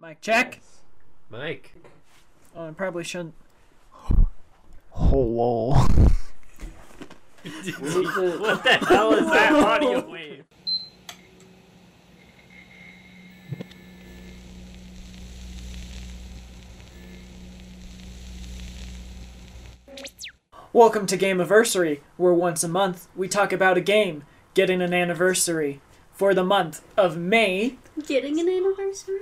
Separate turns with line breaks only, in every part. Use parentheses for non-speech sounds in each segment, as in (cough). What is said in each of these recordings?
Mic check.
Mike.
Oh, I probably shouldn't.
Hello.
what the hell is that audio wave?
Welcome to Gamiversary, where once a month we talk about a game getting an anniversary for the month of May,
Getting an anniversary?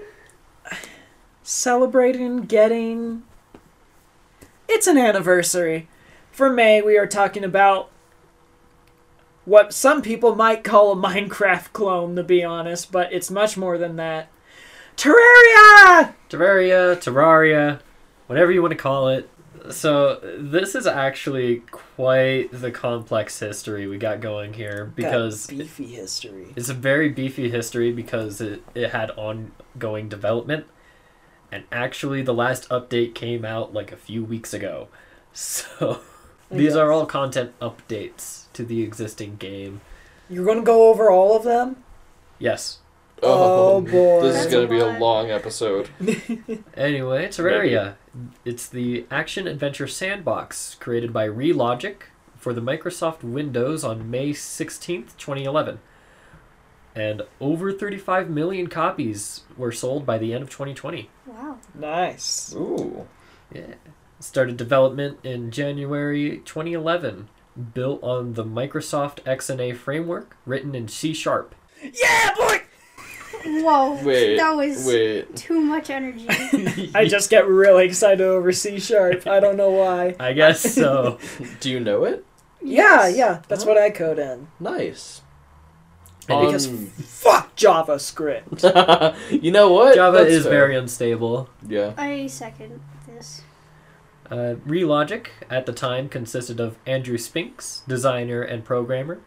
celebrating getting. It's an anniversary. For May, we are talking about what some people might call a Minecraft clone, to be honest, but it's much more than that. Terraria!
Terraria, Terraria, whatever you want to call it. So this is actually quite the complex history we got going here because
Got beefy history.
It's a very beefy history because it, it had ongoing development. And actually, the last update came out like a few weeks ago. (laughs) So, these are all content updates to the existing game.
You're gonna go over all of them?
Yes.
Oh, boy.
This
That's
is going
a
to be a
lot.
long episode.
Anyway, Terraria. It's the action adventure sandbox created by Relogic for the Microsoft Windows on May 16th, 2011. And over 35 million copies were sold by the end of 2020.
Wow.
Nice.
Ooh.
Yeah. Started development in January 2011, built on the Microsoft XNA framework, written in C sharp.
Yeah, boy!
Whoa.
Wait.
that was
Wait.
too much (laughs) energy.
(laughs) I just get really excited over C sharp. I don't know why.
I guess so.
Do you know it?
(laughs) Yeah, yeah, that's what I code in.
Nice.
And
Because fuck (laughs) JavaScript.
you know what?
Java
That's
is
fair.
very unstable.
Yeah.
I second this.
Uh, Relogic at the time consisted of Andrew Spinks, designer and programmer.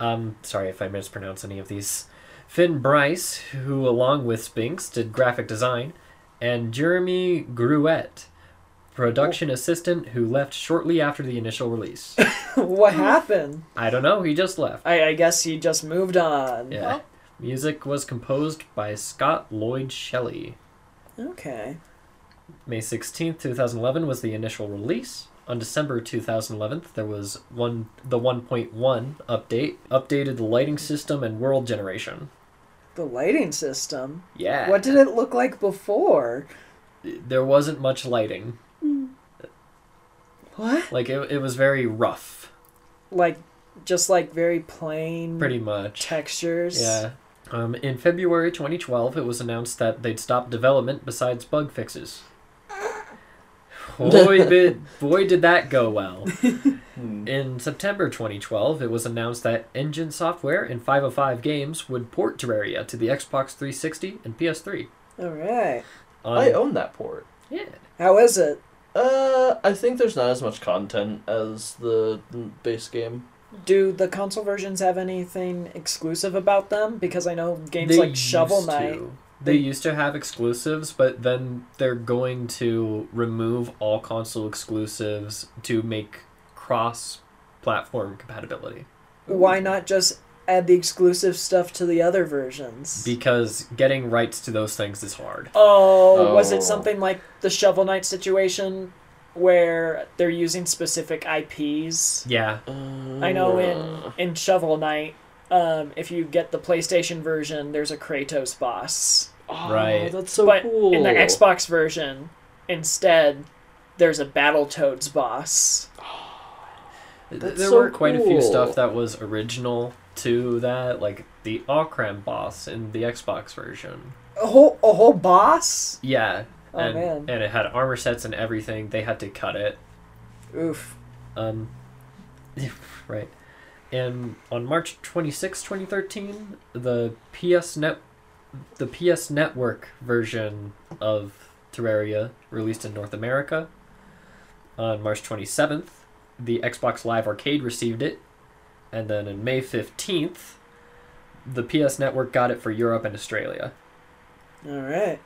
Um, sorry if I mispronounce any of these. Finn Bryce, who along with Spinks did graphic design, and Jeremy Gruet, production assistant who left shortly after the initial release.
what happened?
I don't know, he just left.
I, I guess he just moved on.
Yeah.
Well.
Music was composed by Scott Lloyd Shelley.
Okay.
May 16th, 2011 was the initial release. On December 2011, there was one the 1.1 update, updated the lighting system and world generation.
The lighting system.
Yeah.
What did it look like before?
There wasn't much lighting.
Mm,
What?
Like it, it was very rough,
Like, just like very plain
pretty much.
textures.
Yeah. Um, in February 2012, it was announced that they'd stopped development besides bug fixes. Boy, did, boy, did that go well. In September 2012, it was announced that Engine Software and 505 Games would port Terraria to the Xbox 360 and PS3.
All right.
On,
oh,
I own that port.
yeah.
How is it?
Uh, I think there's not as much content as the base game.
Do the console versions have anything exclusive about them? Because I know games
They
like Shovel
used
Knight.
to. They used to have exclusives, but then they're going to remove all console exclusives to make cross platform compatibility.
why not just add the exclusive stuff to the other versions?
Because getting rights to those things is hard.
oh, was
Oh.
it something like the Shovel Knight situation where they're using specific IPs?
Yeah.
I know
Mm.
in in Shovel Knight, um, if you get the PlayStation version, there's a Kratos boss,
Oh,
Right.
That's so
but
cool.
in the Xbox version, instead, there's a Battletoads boss.
Th-
That's
there
so
were quite a few
cool.
stuff that was original to that, like the Okram boss in the Xbox version.
A whole a whole boss.
Yeah.
Oh,
and,
man.
and it had armor sets and everything. They had to cut it.
Oof.
Um, (laughs) right. And on March 26, 2013, the PS Net the PS Network version of Terraria released in North America. On March 27th, the Xbox Live Arcade received it. And then on May 15th, the PS Network got it for Europe and Australia.
All right.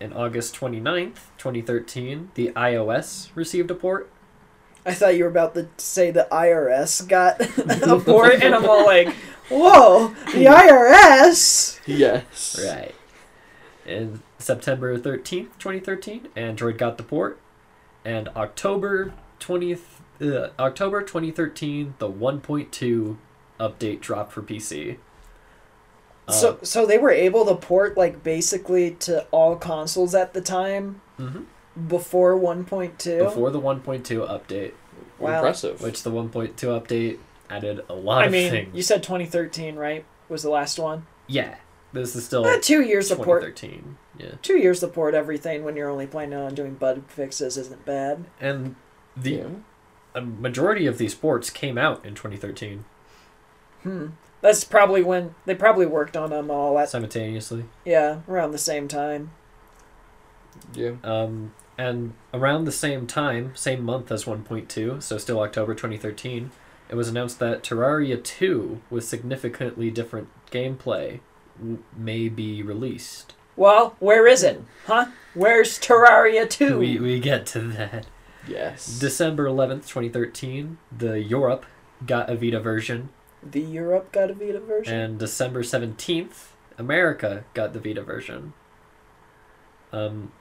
In August 29th, 2013, the iOS received a port.
I thought you were about to say the IRS
(laughs)
got a port, and I'm all like, whoa, the IRS?
Yes.
Right. in September 13th, 2013, Android got the port. And October 20th, uh, October 2013, the 1.2 update dropped for PC. Uh,
so so they were able to port like basically to all consoles at the time
mhm,
before 1.2.
before the 1.2 update,
Wow.
Impressive.
which the 1.2 update added a lot
I
of
mean,
things.
you said 2013, right? Was the last one?
yeah, this is still
Eh, 2 years to port
2013. Yeah.
two years to port everything when you're only planning on doing bug fixes isn't bad.
And the
yeah.
a majority of these ports came out in 2013
Hmm. That's probably when they probably worked on them all at
simultaneously.
yeah around the same time.
yeah.
Um, and around the same time, same month as 1.2, so still October 2013, it was announced that Terraria 2 with significantly different gameplay w- may be released.
Well, where is it, huh? Where's Terraria Two?
We, we get to that.
Yes.
December 11th, 2013, the Europe got a Vita version,
the Europe got a Vita version.
and December 17th, America got the Vita version. Um,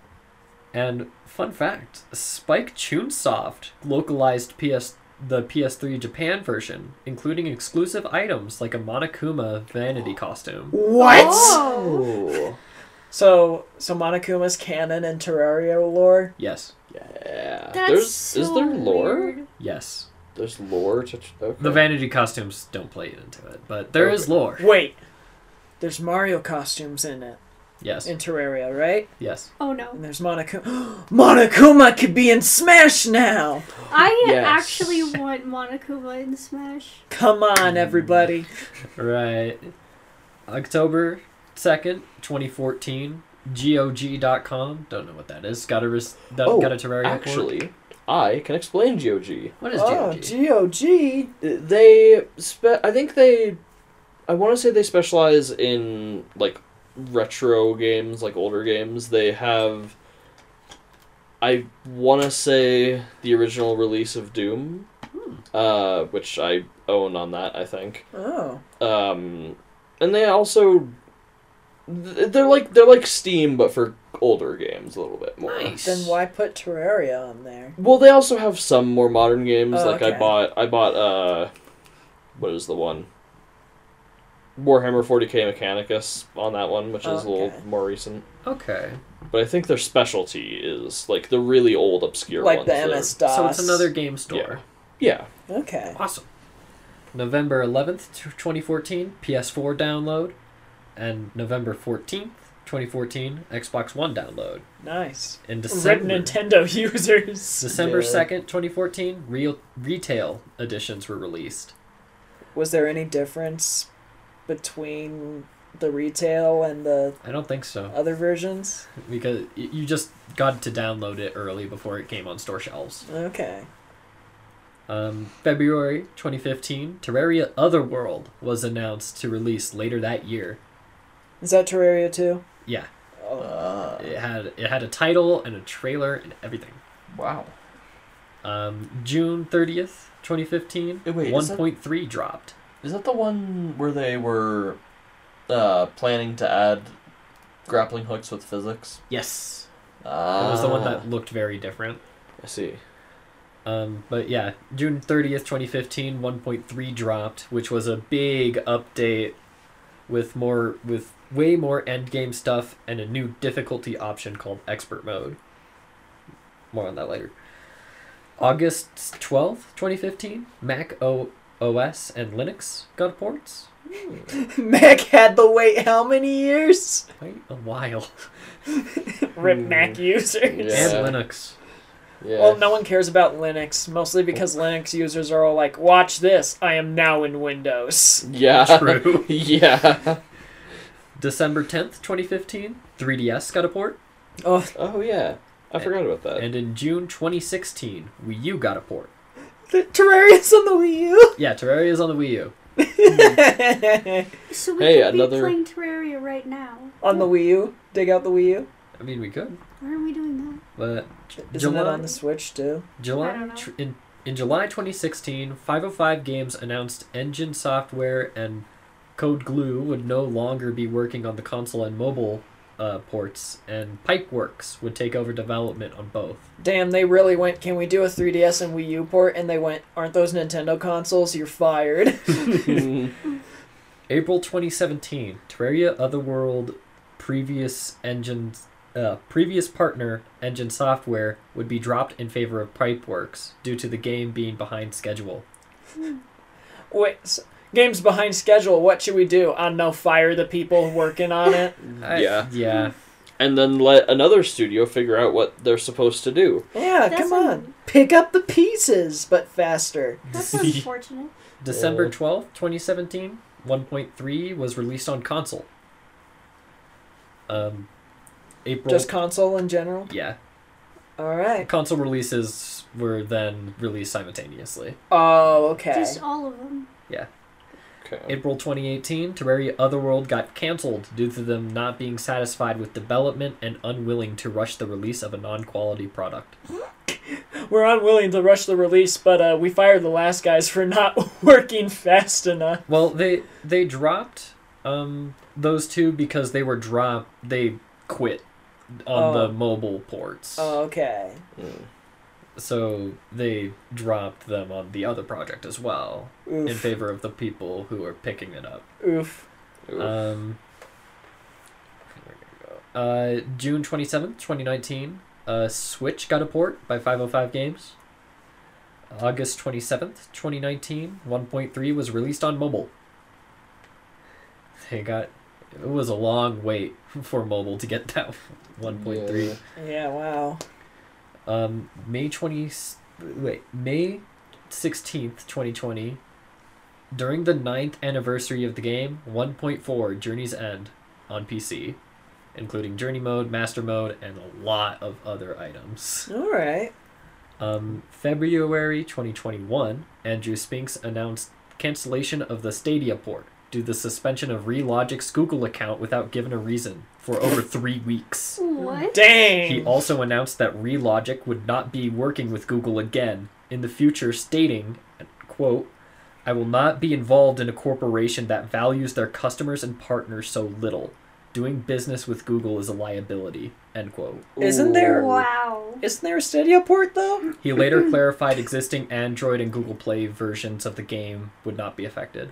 and fun fact, Spike Chunsoft localized PS the PS3 Japan version, including exclusive items like a Monokuma vanity costume.
what?
Oh.
Oh.
So so Monokuma's canon and Terraria lore.
Yes.
Yeah.
That's
Uh, There's
so
is there lore?
weird.
Yes.
There's lore to tr- okay.
The vanity costumes don't play into it, but there is
Okay.
lore.
Wait, there's Mario costumes in it
Yes.
in Terraria, right?
Yes.
Oh no.
And there's Monokuma. (gasps) Monokuma could be in Smash now.
(gasps) I
Yes.
actually want Monokuma in Smash.
Come
Mm.
on, everybody.
Right. October 2nd, 2014, GOG.com, don't know what that is, got a, res- that,
Oh,
got a Terraria port.
Actually, I can explain GOG.
What is
Oh,
GOG?
GOG.
They spe- I think they I want to say they specialize in like retro games, like older games. They have I want to say the original release of Doom,
Oh,
Hmm.
uh, which I own on that, I think.
Oh.
Um, and they also th- they're like they're like Steam but for older games a little bit more.
Nice.
Then why put Terraria on there?
Well, they also have some more modern games.
Oh,
like
okay.
I bought, I bought uh, what is the one? Warhammer 40k Mechanicus on that one, which is a little
Okay.
more recent.
Okay.
But I think their specialty is like the really old, obscure
like
ones.
the
that are-
MS DOS.
So it's another game store.
Yeah.
Okay.
Awesome. November 11th, t- 2014, PS4 download. And November 14th, 2014, Xbox One download.
Nice.
In
Red
December,
Nintendo (laughs) users.
December
Yeah.
2nd, 2014, real retail editions were released.
Was there any difference between the retail and the
I don't think so.
other versions?
because y- you just got to download it early before it came on store shelves.
Okay.
Um, February 2015, Terraria Otherworld was announced to release later that year.
Is that Terraria 2?
Yeah,
Oh.
it had it had a title and a trailer and everything.
wow.
Um, June 30th, 2015,
Uh, wait, is
1.3 dropped.
Is that the one where they were uh, planning to add grappling hooks with physics?
Yes,
Ah,
that was the one that looked very different.
(laughs)
I see.
Um, but yeah, June 30th, 2015, 1.3 dropped, which was a big update with more with way more endgame stuff and a new difficulty option called expert mode. More on that later. August 12th, 2015, Mac o- OS and Linux got ports.
(laughs) Mac had to wait how many years?
Quite a while.
(laughs) Rip
Hmm.
Mac users.
Yeah.
And Linux.
Yeah.
Well, no one cares about Linux, mostly because Linux users are all like, watch this, I am now in Windows.
Yeah.
True.
(laughs) yeah.
December 10th, 2015, 3DS got a port.
Oh,
Oh yeah. I forgot about that.
And in June 2016, Wii U got a port.
the Terraria's on the Wii
Yeah, Terraria is on the Wii U.
U! (laughs)
So we
Hey,
could
another-
be playing Terraria right now.
on the Wii U? Dig out the Wii U?
I mean, we could,
Why are we doing that?
but
Isn't that
July?
on the Switch too?
I
July
don't know.
tr- in in July 2016, 505 Games announced engine software and Code Glue would no longer be working on the console and mobile uh, ports, and Pipeworks would take over development on both.
Damn, they really went. Can we do a 3DS and Wii U port? And they went, aren't those Nintendo consoles? You're fired. (laughs)
(laughs) Mhm.
April 2017, Terraria Otherworld previous engine uh, previous partner engine software would be dropped in favor of Pipeworks due to the game being behind schedule.
Wait, s game's behind schedule. What should we do? I don't know. Fire the people working on
(laughs)
it.
I-
yeah.
Hmm,
yeah.
And then let another studio figure out what they're supposed to do.
Yeah,
That's
come on. Pick up the pieces, but faster.
(laughs)
That's unfortunate.
December
Yeah.
Oh.
12th, 2017, 1.3 was released on console. Um, April.
Just console in general.
yeah.
All right.
Console releases were then released simultaneously.
Oh, okay.
Just all of them.
Okay.
April 2018, Terraria Otherworld got cancelled due to them not being satisfied with development and unwilling to rush the release of a non quality product.
We're unwilling to rush the release, but uh, we fired the last guys for (laughs) not working fast enough.
Well, they they dropped um, those two because they were dropped, they quit on
Oh.
the mobile ports.
Okay.
Mm.
So they dropped them on the other project as well in
Oof.
favor of the people who are picking it up.
Oof.
Ooh.
Uh,
Um, where did it go? uh, June 27th, 2019, uh, Switch got a port by 505 Games. August 27th, 2019, 1.3 was released on mobile. They got. It was a long wait (laughs) for mobile to get (laughs) that 1.3.
Yeah.
Yeah. Wow.
Um, May twenty, wait, May sixteenth, twenty twenty. During the ninth anniversary of the game, one point four Journey's End on PC, including Journey mode, Master mode, and a lot of other items.
All right.
Um, February twenty twenty one, Andrew Spinks announced cancellation of the Stadia port due to the suspension of Relogic's Google account without giving a reason for over three weeks.
What?
Dang.
He also announced that Relogic would not be working with Google again in the future, stating, quote, I will not be involved in a corporation that values their customers and partners so little. Doing business with Google is a liability, end quote.
Isn't there-
Wow.
Isn't there a Stadia port though?
He later clarified existing Android and Google Play versions of the game would not be affected.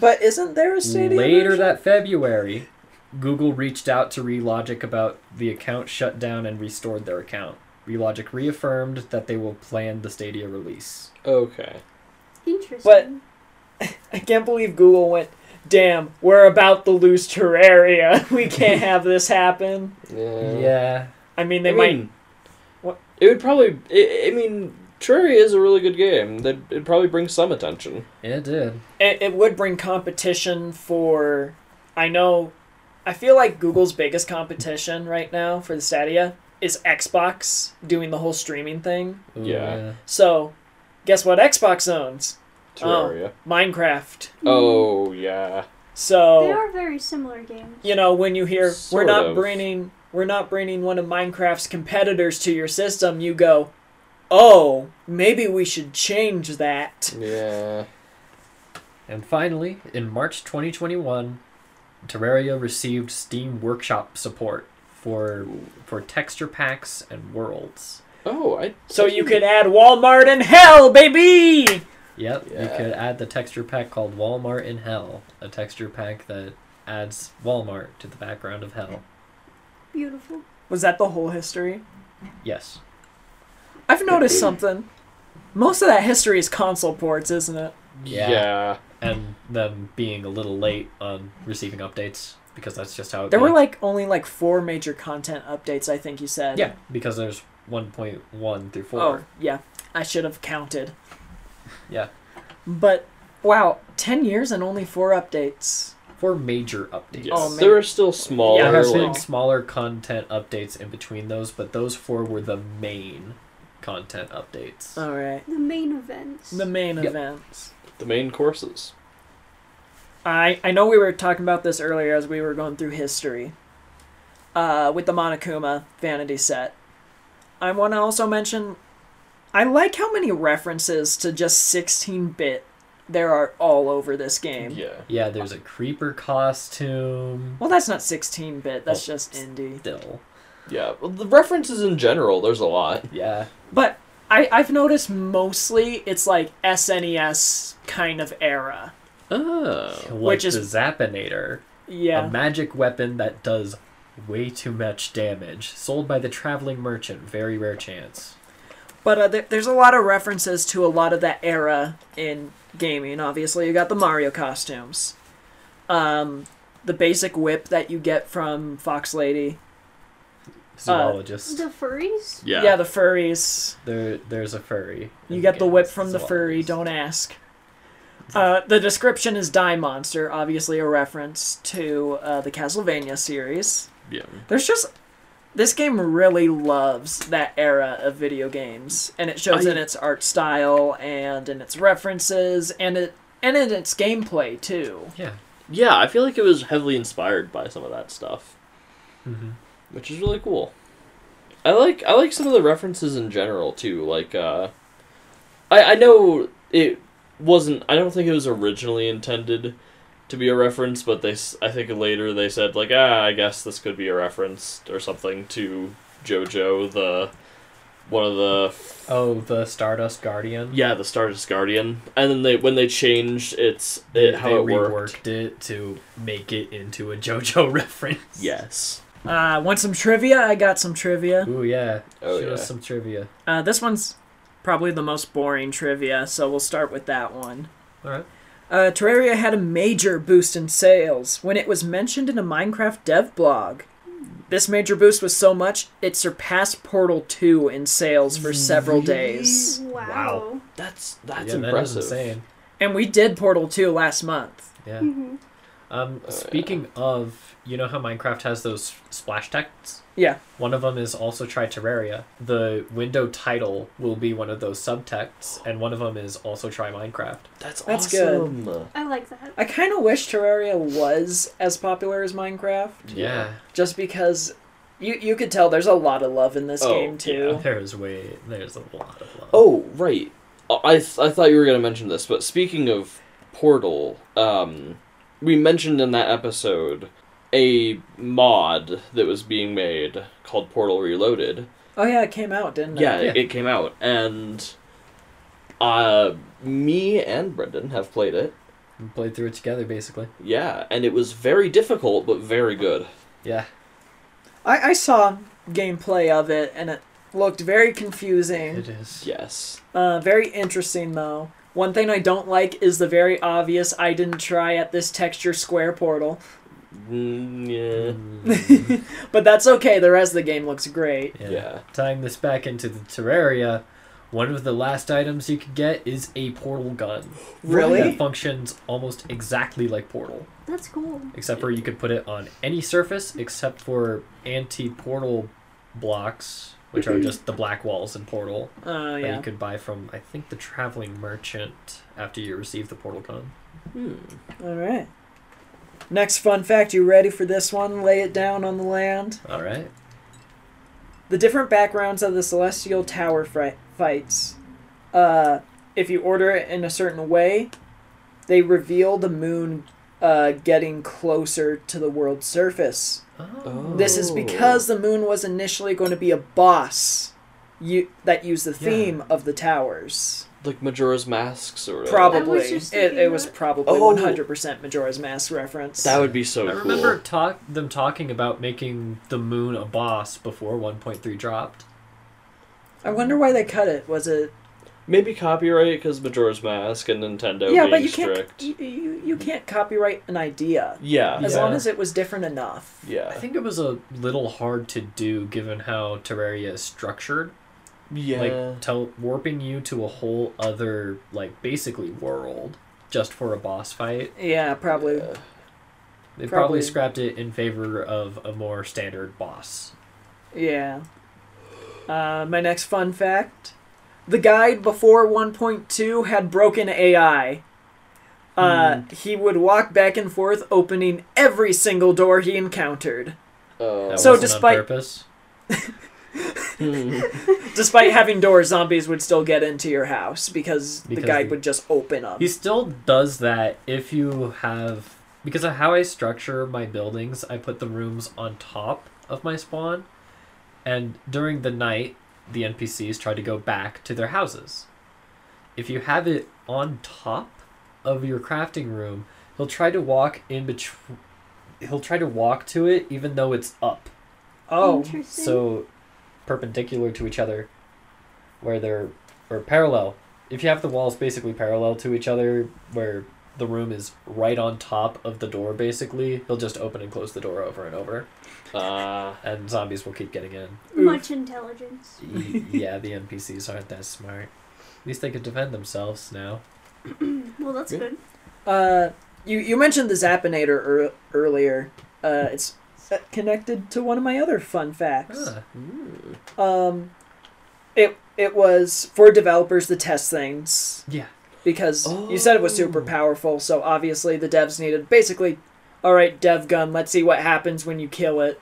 But isn't there a Stadia?
Later
version?
that February, Google reached out to Relogic about the account shut down and restored their account. Relogic reaffirmed that they will plan the Stadia release.
Okay.
Interesting.
I can't believe Google went. Damn, we're about to lose Terraria. (laughs) We can't have this happen.
Yeah.
Yeah.
I mean, they
I
might.
mean,
What-
It would probably. I, I mean, Terraria is a really good game. That it'd probably bring some attention.
It did.
it, it would bring competition for i know i feel like google's biggest competition right now for the stadia is xbox doing the whole streaming thing
Ooh,
Yeah.
so guess what xbox owns
Terraria.
minecraft
Oh, yeah.
They
so
are very similar games.
you know when you hear
Sort
we're not
of.
bringing we're not bringing one of minecraft's competitors to your system you go oh maybe we should change that
Yeah.
And finally, in March 2021, Terraria received Steam Workshop support for for texture packs and worlds.
Oh, I.
so you could add walmart in hell baby
Yep, you
Yeah.
could add the texture pack called Walmart in Hell, a texture pack that adds Walmart to the background of hell.
Beautiful.
was that the whole history
Yes.
I've noticed something. Most of that history is console ports, isn't it?
Yeah.
Yeah.
and them being a little late on receiving updates because that's just how it
There were
goes.
like only like four major content updates, I think you said.
yeah because there's 1.1 through 4
Oh, yeah. I should have counted.
Yeah.
But wow, 10 years and only four updates.
four major updates
Yes.
Oh, man.
there are still
Yeah,
smaller,
there have
small.
been
like.
smaller content updates in between those but those four were the main content updates
All right.
The main events.
The main
Yep.
events.
The main courses.
I I know we were talking about this earlier as we were going through history. Uh, with the Monokuma vanity set. I want to also mention I like how many references to just 16-bit there are all over this game.
Yeah.
Yeah, there's a creeper costume.
Well, that's not 16 bit, that's
Well,
just indie.
Still.
Yeah. Well, the references in general, there's a lot.
Yeah.
But I, I've noticed mostly it's like SNES kind of era.
Oh.
Like
Which is-
the Zappinator.
Yeah.
A magic weapon that does way too much damage. Sold by the traveling merchant. Very rare chance.
But uh, there, there's a lot of references to a lot of that era in gaming. Obviously, you got the Mario costumes, um, the basic whip that you get from Fox Lady.
Zoologist.
Uh,
The furries?
Yeah.
the furries.
there, there's a furry. in
You get the
game.
whip
It's
from the
zoologist.
furry. Don't ask. Uh, the description is Die Monster, obviously a reference to uh, the Castlevania series.
yeah.
There's just this game really loves that era of video games, and it shows
I-
in its art style and in its references and it and in its gameplay too.
Yeah.
Yeah, I feel like it was heavily inspired by some of that stuff,
hmm
which is really cool. I like I like some of the references in general too. Like, uh, I I know it wasn't. I don't think it was originally intended to be a reference, but they s- I think later they said like ah I guess this could be a reference or something to JoJo the one of the f-
Oh, the Stardust Guardian.
yeah the Stardust Guardian, and then they when they changed its
They,
it, how
they
it
reworked
worked.
it to make it into a (laughs) JoJo reference.
Yes.
Uh, want some trivia? I got some trivia.
Ooh yeah.
Oh,
Show
yeah.
us some trivia.
Uh, this one's probably the most boring trivia, so we'll start with that one.
All right.
Uh, Terraria had a major boost in sales when it was mentioned in a Minecraft dev blog. This major boost was so much it surpassed Portal 2 in sales for several days.
Wow.
That's that's
yeah,
impressive.
That is insane.
And we did Portal 2 last month.
Yeah.
hmm
Um,
Oh,
speaking of, you know how Minecraft has those splash texts?
Yeah.
One of them is also try Terraria. The window title will be one of those subtexts, and one of them is also try Minecraft.
That's,
That's good.
awesome. good.
I like that.
I kind of wish Terraria was as popular as Minecraft,
Yeah.
just because you, you could tell there's a lot of love in this
Oh,
game, too.
There's way, there's a lot of love.
Oh right, I I th- I thought you were gonna mention this, but speaking of Portal, um, we mentioned in that episode a mod that was being made called Portal Reloaded.
Oh, yeah, it came out, didn't it?
Yeah,
Yeah.
It, it came out, and uh, me and Brendan have played it.
We played through it together, basically.
Yeah, and it was very difficult, but very good.
Yeah.
I, I saw gameplay of it, and it looked very confusing.
It is.
Yes.
Uh, very interesting though. One thing I don't like is the very obvious I didn't try at this texture square portal.
Mm, yeah.
Mm,
But that's okay, the rest of the game looks great.
yeah.
Yeah.
Tying this back into the Terraria, one of the last items you can get is a portal gun. That
(laughs) Really?
functions almost exactly like Portal.
That's cool.
except for you could put it on any surface except for anti-portal blocks which are just the black walls in portal
Mm-hmm. Oh
that
yeah.
you could buy from i think the traveling merchant after you receive the portal gun
Hmm.
Alright. Next fun fact, you ready for this one? Lay it down on the land.
all right
The different backgrounds of the celestial tower fri- fights. Uh, if you order it in a certain way, they reveal the moon uh, getting closer to the world's surface.
Oh.
This is because the moon was initially going to be a boss you, that used the
Yeah.
theme of the towers.
Like Majora's Mask, sort of.
Probably.
I was just
It, it
thinking
was
that.
probably
Oh.
100% Majora's Mask reference.
That would be so
i
cool.
remember talk them talking about making the moon a boss before 1.3 dropped
I wonder why they cut it. Was it.
Maybe copyright because Majora's Mask and Nintendo
yeah,
being
but you can't,
strict.
you, you, you can't copyright an idea
Yeah,
as
Yeah.
long as it was different enough.
i
yeah,
think it was a little hard to do given how terraria is structured
yeah.
like tel- warping you to a whole other like basically world just for a boss fight
Yeah, probably.
Yeah.
they probably,
Probably.
scrapped it in favor of a more standard boss
Yeah. Uh, my next fun fact the guide before 1.2 had broken AI. Uh,
Hmm.
He would walk back and forth, opening every single door he encountered.
Oh. (laughs)
that
So
wasn't
despite-
on purpose
Hmm.
Despite having doors, zombies would still get into your house because,
Because
the guide
the-
would just open up.
He still does that if you have because of how I structure my buildings, I put the rooms on top of my spawn and during the night the NPCs try to go back to their houses. If you have it on top of your crafting room, he'll try to walk in between he'll try to walk to it even though it's up.
Oh,
Interesting.
So perpendicular to each other where they're or parallel. If you have the walls basically parallel to each other where the room is right on top of the door basically, he'll just open and close the door over and over
Uh,
and zombies will keep getting in.
Much intelligence.
Y- yeah, the NPCs aren't that smart. At least they could defend themselves now.
Well, that's
Yeah.
good.
uh, you you mentioned the Zappinator ear earlier. Uh, it's connected to one of my other fun facts.
Ah,
hmm.
Um, it it was for developers to test things
yeah.
because you said it was super
Oh.
powerful. So obviously the devs needed basically, all right, dev gun. Let's see what happens when you kill it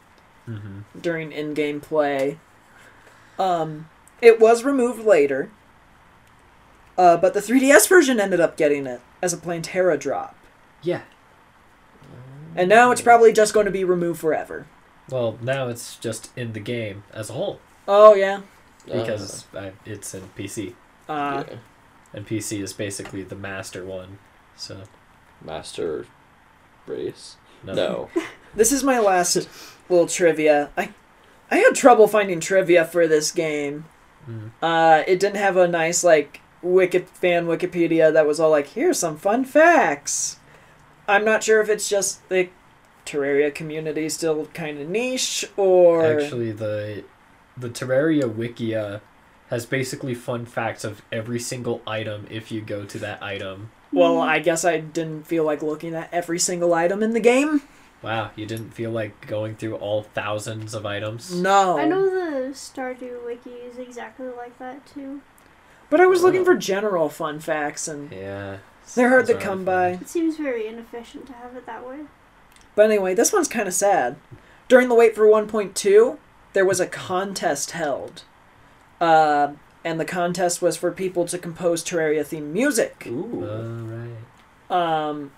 Mm-hmm.
during in-game play. Um, it was removed later, uh, but the 3DS version ended up getting it as a Plantera drop,
Yeah.
(laughs) and now
Mm.
it's probably just going to be removed forever.
Well, now it's just in the game as a whole
Oh yeah,
Ah.
because I, it's in PC.
uh,
Uh, yeah.
And PC is basically the master one. So,
Master race.
no.
No.
(laughs) this is my last little trivia. I I had trouble finding trivia for this game.
Mm.
Uh, it didn't have a nice like wiki fan Wikipedia that was all like, here's some fun facts. I'm not sure if it's just the Terraria community is still kind of niche or
Actually, the the Terraria Wikia has basically fun facts of every single item if you go to that item.
well,
Mm-hmm.
I guess I didn't feel like looking at every single item in the game.
Wow, you didn't feel like going through all thousands of items?
No,
I know the Stardew Wiki is exactly like that too.
but I was looking for general fun facts and
Yeah.
they're hard
Those
to
aren't
come
fun.
by.
It seems very inefficient to have it that way.
But anyway, this one's kind of sad. During the wait for 1.2, there was a contest held. Uh, and the contest was for people to compose Terraria themed music.
Ooh.
Alright.
Um,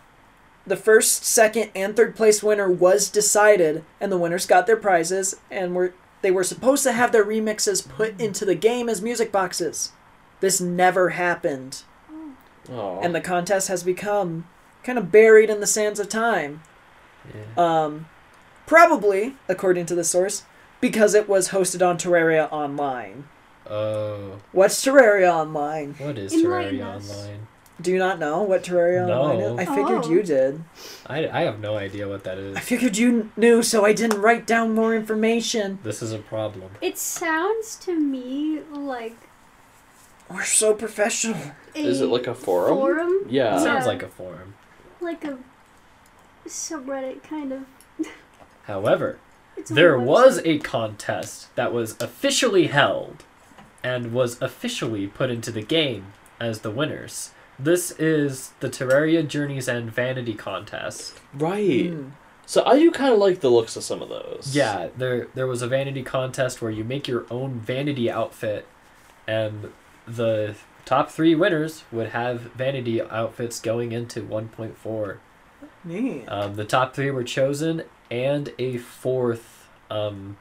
the first, second, and third place winner was decided, and the winners got their prizes, and were they were supposed to have their remixes put into the game as music boxes. This never happened,
Oh.
Aw.
and the contest has become kind of buried in the sands of time.
Yeah.
Um, probably, according to the source, because it was hosted on Terraria Online.
oh.
What's Terraria Online?
What is
Enlighten
Terraria
us.
Online?
Do you not know what Terraria
No.
Online is? I figured
Oh.
you did.
I, I have no idea what that is.
I figured you knew, so I didn't write down more information.
This is a problem.
It sounds to me like
We're so professional.
a
Is it like a forum?
forum,
It
Yeah.
Yeah.
sounds like a forum.
like a subreddit kind of.
However,
It's a
There
website.
was a contest that was officially held and was officially put into the game as the winners. This is the Terraria Journeys and Vanity contest.
Right.
Hmm.
So I do kind of like the looks of some of those.
Yeah, there there was a vanity contest where you make your own vanity outfit and the top 3 winners would have vanity outfits going into 1.4.
Neat.
Um, the top three were chosen, and a fourth um,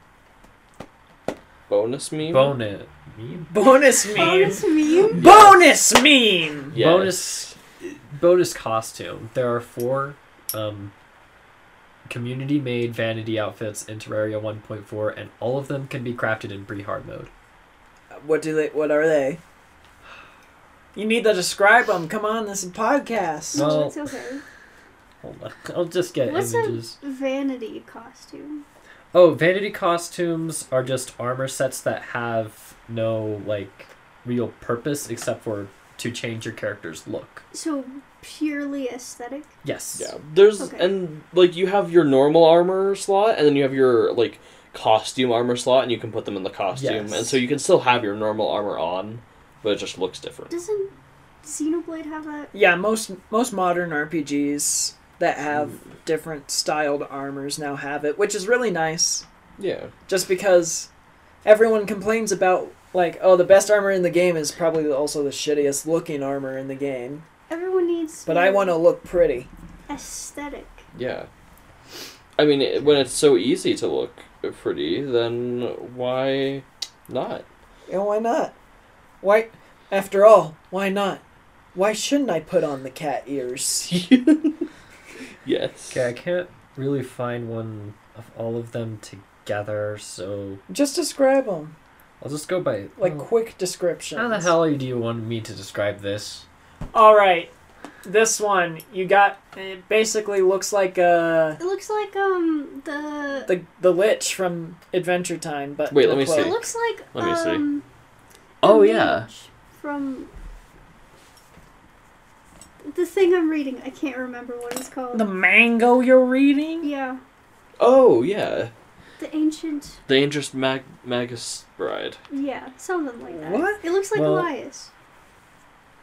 Bonus meme.
bonus meme?
Bonus meme.
Bonus meme.
(laughs) Bonus meme.
Yes.
bonus bonus costume. There are four um, community made vanity outfits in Terraria 1.4, and all of them can be crafted in pre-hard mode.
What do they? What are they? You need to describe them. Come on, this is a podcast.
No.
No,
Well-
it's okay.
Hold on, (laughs) I'll just get
What's a-
images.
Vanity costume.
Oh, vanity costumes are just armor sets that have no like real purpose except for to change your character's look.
So purely aesthetic.
Yes.
Yeah. There's
Okay.
and like you have your normal armor slot, and then you have your like costume armor slot, and you can put them in the costume,
Yes.
and so you can still have your normal armor on, but it just looks different.
Doesn't Xenoblade have that?
Yeah, most most modern RPGs that have different styled armors now have it, which is really nice.
Yeah.
Just because everyone complains about like oh the best armor in the game is probably also the shittiest looking armor in the game
Everyone needs.
but i want to look pretty
aesthetic.
Yeah. I mean, it- when it's so easy to look pretty, then why not?
and why not why after all why not why shouldn't i put on the cat ears
yes.
Okay, I can't really find one of all of them together, so
just describe them
I'll just go by
like
Oh,
quick description
how the hell do you want me to describe this?
all right this one you got it basically looks like uh
It looks like um the.
the the lich from adventure time but
Wait,
in a
let me see.
cloak.
it looks like
Let me see.
um. the
Oh, yeah.
mage From. The thing I'm reading, I can't remember what it's called.
the mango you're reading
yeah,
Oh, yeah.
the ancient.
The Dangerous Mag- Magus Bride.
Yeah, something like that.
What?
It looks like
Well-
Elias.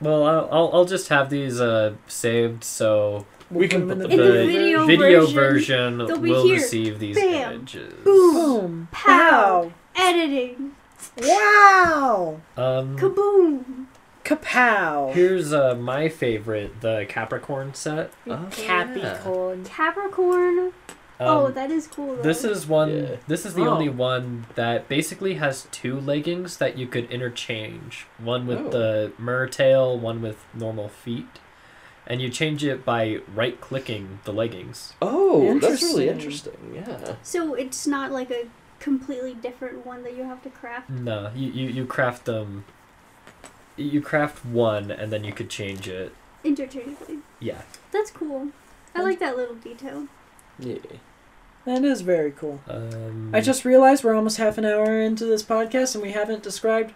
Well, I'll I'll, I'll just have these uh, saved so
We'll
We
put
can
'em
put
the
In the video
video
version,
version,
they'll be
will
here.
receive these
Bam.
images.
Boom.
Boom.
Pow. Editing.
Wow.
Um,
Kaboom.
Kapow.
here's uh, my favorite, the Capricorn set.
Ah.
Uh-huh.
Capricorn.
Capricorn.
Um,
oh, that is cool. Though.
This is one.
Yeah.
This is the
Oh.
only one that basically has two leggings that you could interchange. One with
Oh.
the mer tail, one with normal feet, and you change it by right clicking the leggings.
Oh, that's really
Interesting.
interesting. Yeah.
So it's not like a completely different one that you have to craft.
No, you you, you craft them. You craft one, and then you could change it.
interchangeably.
Yeah.
That's cool. I like that little detail.
Yeah.
That is very cool.
Um,
I just realized we're almost half an hour into this podcast and we haven't described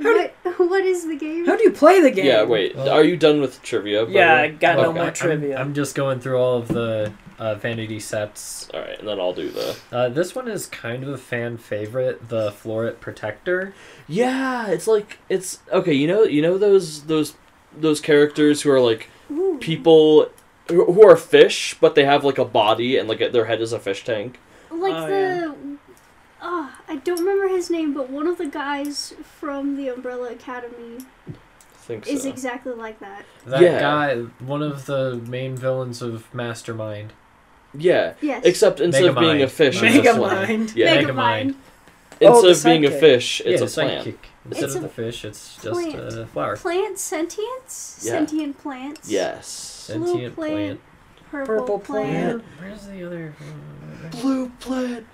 How do-
What (laughs) what is the game?
how do you play the game.
Yeah, wait.
Well-
are you done with trivia? by the
Yeah, I
way?
got no
Okay.
more
I'm-
trivia.
I'm just going through all of the uh, vanity sets.
All right, and then I'll do the.
Uh, this one is kind of a fan favorite, the Floret Protector.
Yeah, it's like it's okay. You know, you know those those those characters who are like
Ooh.
people who who are fish, but they have like a body and like their head is a fish tank.
like
Oh,
the Ah, I don't remember his name, but one of the guys from the Umbrella Academy
I think
is
so.
exactly like that.
That
Yeah.
guy, one of the main villains of Mastermind.
yeah,
Yes.
except instead of being
Megamind.
a fish, it's a
Mega
plant.
Megamind.
Yeah,
Mega-
Megamind.
Oh,
instead
the
of being a
sidekick.
fish, it's
yeah,
a plant.
sidekick. Instead
It's
of
a
the fish, it's just
plant.
a flower.
Plant sentience?
Yeah.
Sentient plants.
Yes.
Blue
Sentient plant.
plant. Purple,
Purple
plant.
plant.
Where's the other? uh,
Blue plant,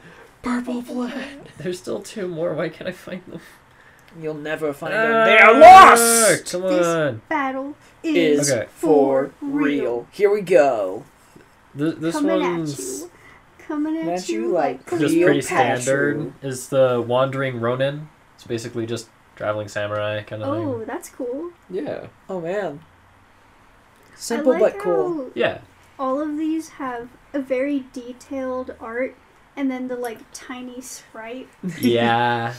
purple plant.
There's still two more. Why can't I find them?
You'll never find them. They are lost.
Come
This-
on.
Battle is,
Is
Okay.
for real. Here we go.
Th- this
coming
one's
at you. Coming at,
At
you,
you like
just
Cleo
pretty
Pashu.
standard. Is the Wandering Ronin? It's basically just traveling samurai kind of
Oh,
thing.
that's cool.
Yeah.
Oh man.
I
Simple
like
but cool.
how
(laughs)
Yeah.
All of these have a very detailed art, and then the like tiny sprite.
Yeah.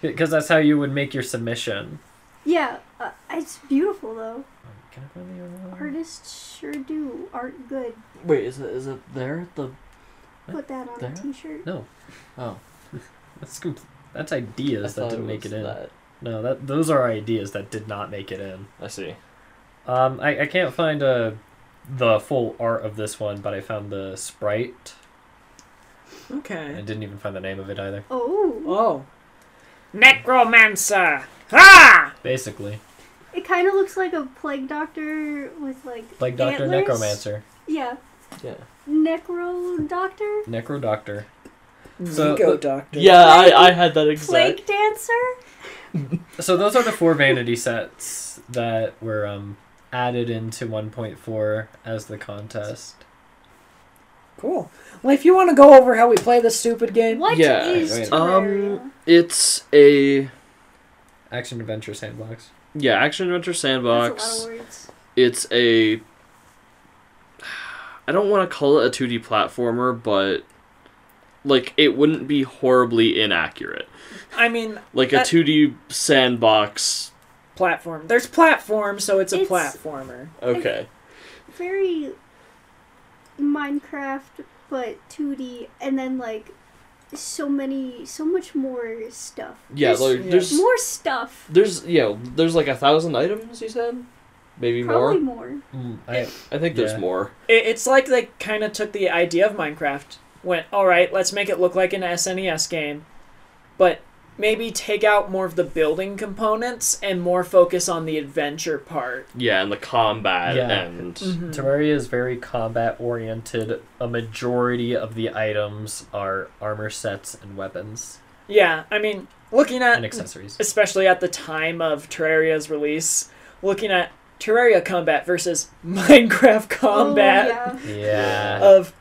Because that's how you would make your submission.
Yeah, uh, it's beautiful though.
Can I find the other one?
Artists sure do art good.
Wait, is it is it there at the?
Put that on
There?
a t-shirt.
No,
Oh,
that's com- that's ideas that didn't make it in.
That.
No, that those are ideas that did not make it in.
I see.
Um, I, I can't find uh, the full art of this one, but I found the sprite. I
Okay.
didn't even find the name of it either.
Oh,
Oh. Necromancer. Ah!
Basically,
it kind of looks like a plague doctor with like
like Doctor
antlers.
Necromancer,
Yeah,
Yeah.
necro doctor,
Necro Doctor. So,
Vigo
the-
Doctor.
Yeah, I, I had that exact.
plague dancer.
So those are the four vanity sets that were um, added into 1.4 as the contest.
Cool. Well, if you want to go over how we play this stupid game,
What is
Yeah,
right.
Terraria?
Um, it's a
Action adventure sandbox.
yeah action adventure
That's a
sandbox.
lot of words.
It's a I don't want to call it a 2D platformer, but like it wouldn't be horribly inaccurate.
I mean,
Like a
That-
2D sandbox.
platform. There's platform, so it's a
It's-
platformer.
Okay.
very Minecraft, but 2D, and then like so many, so much more stuff.
Yeah,
there's
there,
Yeah.
there's
more stuff.
there's yeah, there's like a thousand items you said, maybe
Probably
more.
more.
Mm, I,
I think
Yeah.
there's more.
It, it's like they kind of took the idea of Minecraft, went, all right, let's make it look like an SNES game, but maybe take out more of the building components and more focus on the adventure part.
Yeah, and the combat
Yeah.
and
Mm. Mm-hmm. Hmm.
Terraria is very combat oriented. A majority of the items are armor sets and weapons
Yeah, I mean, looking
Uh,
at,
and accessories.
especially at the time of Terraria's release, looking at Terraria combat versus (laughs) Minecraft combat.
Oh, yeah.
Oh, Yeah.
uh,
of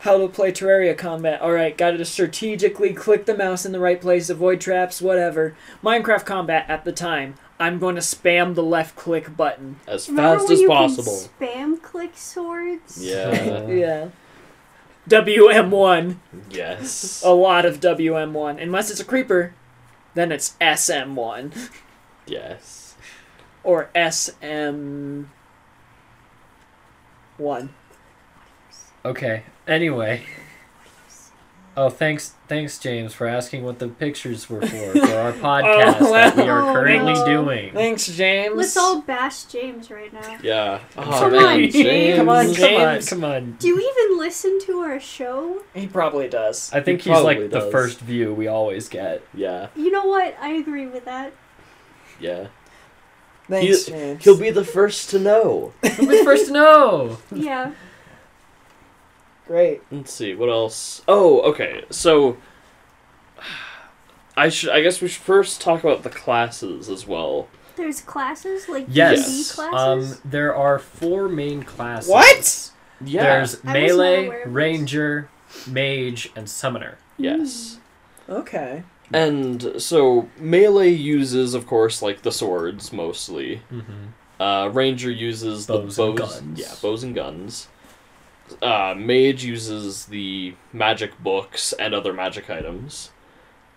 how to play Terraria combat. All right, got to strategically click the mouse in the right place, avoid traps, whatever. Minecraft combat at the time, I'm going to spam the left click button.
as
Remember
fast
when
as
you
possible.
Can spam click swords.
Yeah.
(laughs)
Yeah. WM1,
yes.
Oh.
a lot of WM1. Unless it's a creeper, then it's SM1
Yes.
or SM1.
Okay. Anyway. Oh, thanks, thanks, James, for asking what the pictures were for for
(laughs)
our podcast that we
wow.
are currently
Oh, no.
doing.
Thanks, James.
Let's all bash James right now.
Yeah. Oh,
Come on, James.
Come on,
come on,
James.
come on.
Do you even listen to our show?
He probably does.
I think
He
he's like
probably
the
does.
first view we always get.
Yeah.
You know what? I agree with that.
Yeah.
Thanks,
He-
James.
He'll be the first to know.
Who was first to know?
Yeah.
great.
Let's see what else. Oh, okay. So I should I guess we should first talk about the classes as well.
There's classes like
Yes.
D&D classes. Mm.
Um, there are four main classes.
What?
Yeah.
There's
I was not aware
melee,
of this.
ranger, mage, and summoner.
yes.
Okay.
And so melee uses of course like the swords mostly.
Mm-hmm.
Uh, Ranger uses
Bows
the
and
bows,
guns.
yeah, bows and guns. Uh, Mage uses the magic books and other magic items,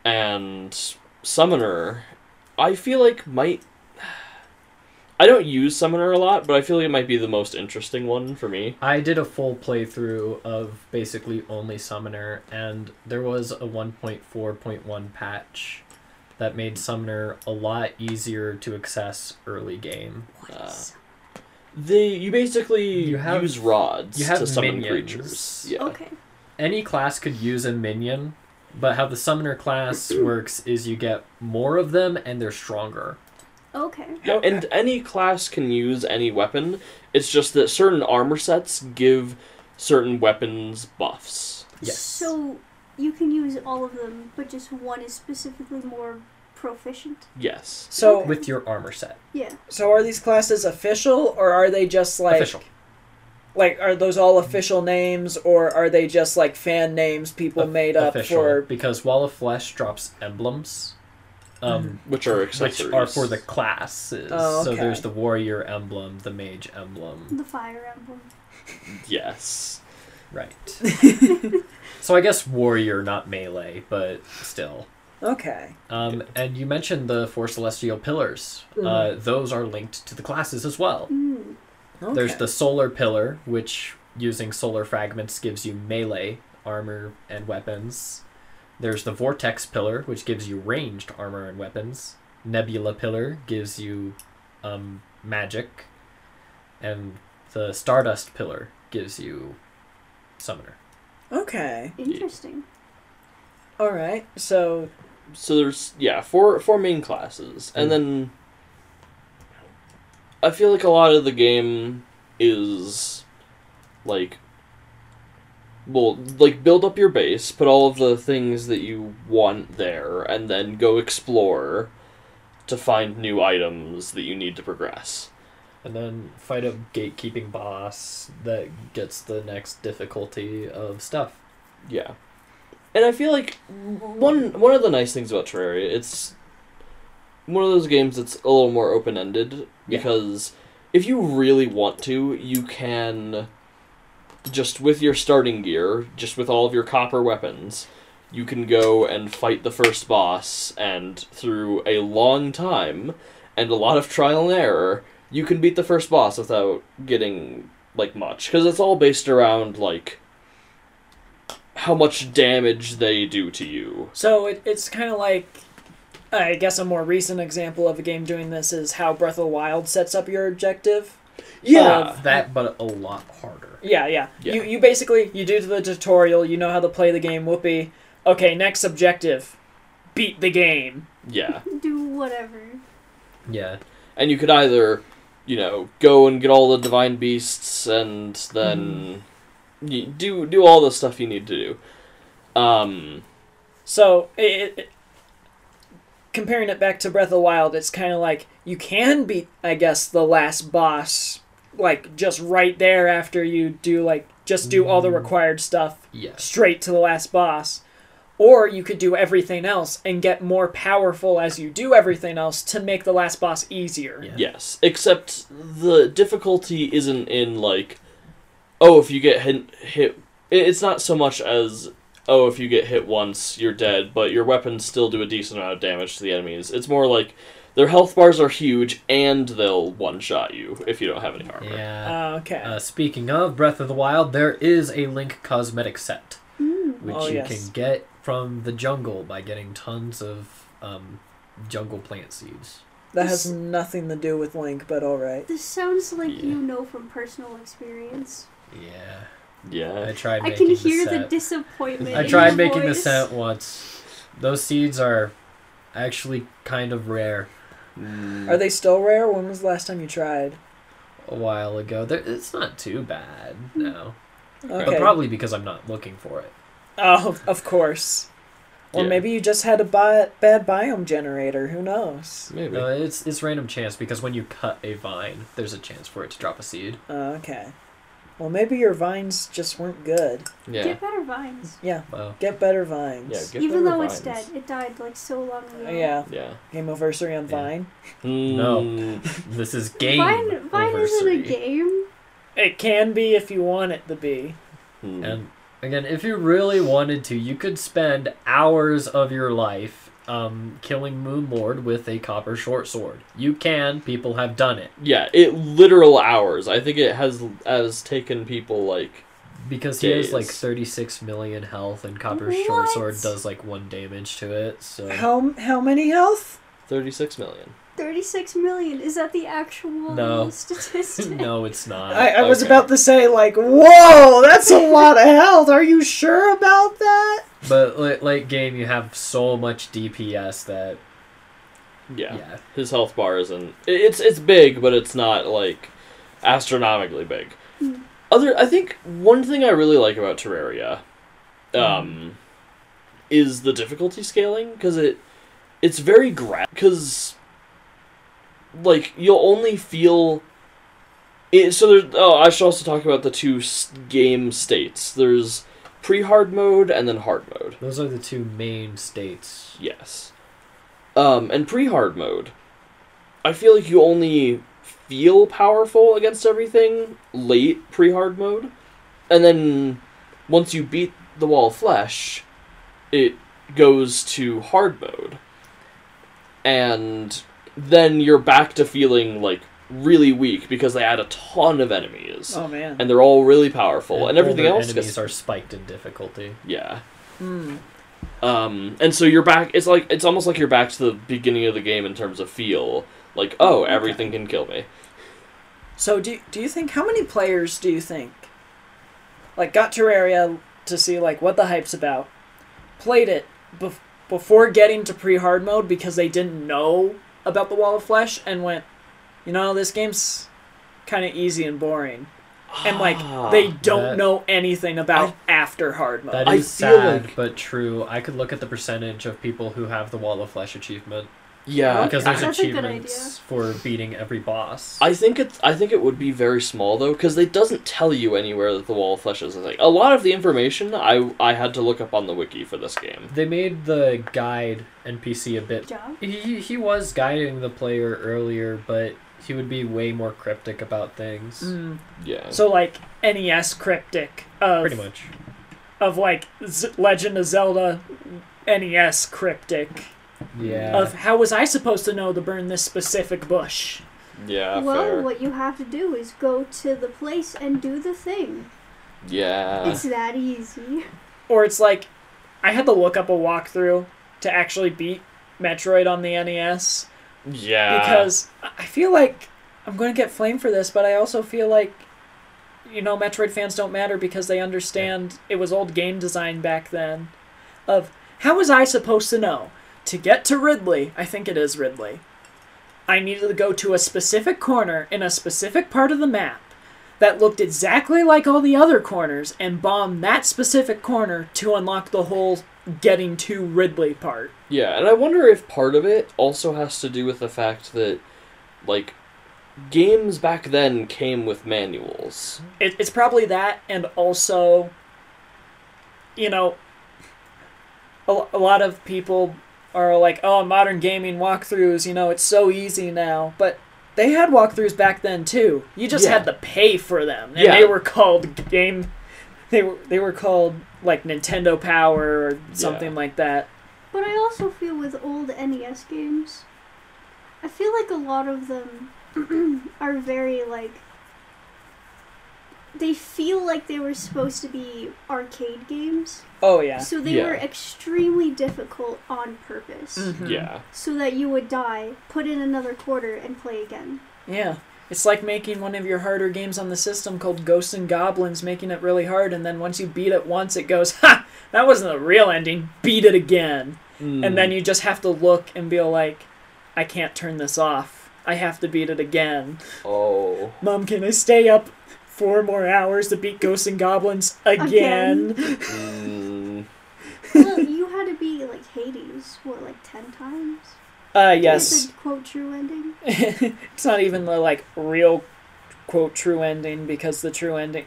and Summoner, I feel like might. I don't use Summoner a lot, but I feel like it might be the most interesting one for me.
I did a full playthrough of basically only summoner, and there was a 1.4.1 patch that made summoner a lot easier to access early game.
What
uh,
is-
They you basically
You have-
use rods
you have
to summon
minions.
creatures. Yeah,
Okay.
Any class could use a minion, but how the summoner
(clears throat)
class works is you get more of them and they're stronger.
Okay.
Yeah,
Okay.
and any class can use any weapon. It's just that certain armor sets give certain weapons buffs.
Yes.
So you can use all of them, but just one is specifically more proficient.
Yes.
So
with your armor set.
Yeah.
So are these classes official or are they just like
Official.
like are those all official names or are they just like fan names people
O-
made up
official,
for
because Wall of Flesh drops emblems. Um,
Which are
which
accessories.
are for the classes.
Mm-hmm. Oh,
So
okay.
there's the warrior emblem, the mage emblem,
The fire emblem.
Yes.
(laughs)
right? (laughs) so I guess warrior, not melee, but still.
Okay.
Um, and you mentioned the four celestial pillars.
Mm-hmm.
Uh, those are linked to the classes as well.
Mm.
Okay.
There's the solar pillar, which using solar fragments gives you melee armor and weapons. There's the vortex pillar, which gives you ranged armor and weapons. Nebula pillar gives you um, magic, and the stardust pillar gives you summoner.
Okay.
Interesting.
All right. So
So there's yeah, four four main classes. And then I feel like a lot of the game is like well, like build up your base, put all of the things that you want there, and then go explore to find new items that you need to progress.
And then fight a gatekeeping boss that gets the next difficulty of stuff.
Yeah. And I feel like one one of the nice things about Terraria, it's one of those games that's a little more open ended
Yeah.
because if you really want to, you can just with your starting gear, just with all of your copper weapons, you can go and fight the first boss and through a long time and a lot of trial and error, you can beat the first boss without getting like much because it's all based around like how much damage they do to you.
So it, it's kind of like, I guess a more recent example of a game doing this is how Breath of the Wild sets up your objective.
Yeah.
That, but a lot harder.
Yeah, yeah.
Yeah.
You you basically you do the tutorial. You know how to play the game. Whoopee. Okay, next objective, beat the game.
yeah.
Do whatever.
Yeah.
And you could either, you know, go and get all the divine beasts and then
Hmm.
you do do all the stuff you need to do. Um
So it, it, comparing it back to Breath of the Wild, it's kind of like you can beat, I guess, the last boss, like just right there after you do like just do
Mm.
all the required stuff
Yes.
straight to the last boss. Or you could do everything else and get more powerful as you do everything else to make the last boss easier.
Yeah.
Yes, except the difficulty isn't in like, oh, if you get hit, hit. i- It's not so much as oh, if you get hit once, you're dead, but your weapons still do a decent amount of damage to the enemies. It's more like their health bars are huge, and they'll one shot you if you don't have any armor.
Yeah.
Uh, okay.
Uh, speaking of Breath of the Wild, there is a Link cosmetic set,
Mm.
which
Oh,
you
yes.
can get from the jungle by getting tons of um, jungle plant seeds.
that has nothing to do with Link, but alright.
This sounds like
Yeah.
you know from personal experience.
Yeah, I
Yeah,
tried.
I
making
can hear
the
the,
set.
disappointment.
I
in
tried
your
making the
voice.
set once. Those seeds are actually kind of rare.
Mm.
Are they still rare? When was the last time you tried?
A while ago, They're, it's not too bad.
Hmm.
No, but
Okay.
probably because I'm not looking for it.
Oh, of course. Or
Yeah.
maybe you just had a bi- bad biome generator. Who knows?
maybe.
No, Uh, it's it's random chance because when you cut a vine, there's a chance for it to drop a seed.
Uh, okay. Well, maybe your vines just weren't good.
yeah,
Get better vines.
Yeah,
Wow.
get better vines.
yeah. Get
Even
better
though it's dead,
vines.
it died like so long ago.
Uh, yeah.
Yeah.
Game anniversary on
Yeah.
Vine.
Mm,
This is game.
Vine, Vine isn't a
anniversary.
game.
It can be if you want it to be.
mm.
And again, if you really wanted to, you could spend hours of your life um, killing Moon Lord with a copper short sword. You can. People have done it
yeah, it literal hours. I think it has has taken people like
because he has like
Days.
36 million health, and copper short
What?
sword does like one damage to it. So
How how many health?
thirty six million.
36 million. Is that the actual
No. (laughs)
statistic?
no, it's not.
I, I was
okay.
about to say like, whoa, that's a lot of health. Are you sure about that?
But late, late game, you have so much DPS that yeah.
yeah. his health bar isn't it's it's big but it's not like astronomically big
Mm.
other i think one thing i really like about terraria um is the difficulty scaling because it it's very gra because like you'll only feel it, so there's oh i should also talk about the two s- game states there's pre-hard mode and then hard mode
Those are the two main states.
Yes. Um, and pre hard mode. I feel like you only feel powerful against everything late pre hard mode. And then once you beat the wall of flesh, it goes to hard mode. And then you're back to feeling like really weak because they add a ton of enemies.
Oh man.
And they're all really powerful. And, everything
older
else
enemies
gets
are spiked in difficulty.
Yeah.
Hmm.
Um, and so you're back. It's like it's almost like you're back to the beginning of the game in terms of feel. Like, oh, everything can kill me.
So do do you think how many players do you think like got Terraria to see like what the hype's about, played it bef- before getting to pre-hard mode because they didn't know about the Wall of Flesh and went, you know, this game's kind of easy and boring, and like
Ah,
they don't
Ah, that-
know anything about after hard mode.
That
I
is
feel
sad
like-
but true. I could look at the percentage of people who have the Wall of Flesh achievement
Yeah,
because there's
That's a good
achievements for beating every boss.
I think it. I think it would be very small though, because they doesn't tell you anywhere that the wall of flesh is. Like a lot of the information, I I had to look up on the wiki for this game.
They made the guide NPC a bit.
Job.
He he was guiding the player earlier, but he would be way more cryptic about things.
Mm.
Yeah.
So like NES cryptic of
Pretty much.
of like Z- Legend of Zelda NES cryptic.
Yeah.
of how was I supposed to know to burn this specific bush?
yeah.
well,
fair.
what you have to do is go to the place and do the thing.
Yeah.
It's that easy.
Or it's like, I had to look up a walkthrough to actually beat Metroid on the E NES
Yeah.
because I I feel like I'm going to get flame for this, but I also feel like, you know, Metroid fans don't matter because they understand it was old game design back then. Of how was I supposed to know to get to Ridley? I think it is Ridley. I needed to go to a specific corner in a specific part of the map that looked exactly like all the other corners and bomb that specific corner to unlock the whole getting to Ridley part.
Yeah, and I wonder if part of it also has to do with the fact that, like, games back then came with manuals.
it, it's probably that and also you know a, a lot of people are like oh modern gaming walkthroughs you know it's so easy now but they had walkthroughs back then too you just
Yeah.
had to pay for them and
Yeah.
they were called game they were they were called like Nintendo Power or something
Yeah.
like that
But I also feel with old NES games, I feel like a lot of them (clears throat) are very like. They feel like they were supposed to be arcade games,
oh yeah
so they
Yeah.
were extremely difficult on purpose,
Mhm.
Yeah.
so that you would die, put in another quarter, and play again.
Yeah. It's like making one of your harder games on the system called Ghosts and Goblins, making it really hard, and then once you beat it once, it goes, Ha! That wasn't the real ending. Beat it again.
Hmm.
And then you just have to look and be like, I can't turn this off. I have to beat it again.
Oh.
Mom, can I stay up four more hours to beat Ghosts and Goblins again?
Mm.
well, you had to be like Hades, what like ten times?
Uh,
To get
yes.
the quote true ending.
it's not even the, like, real, quote, true ending, because the true ending.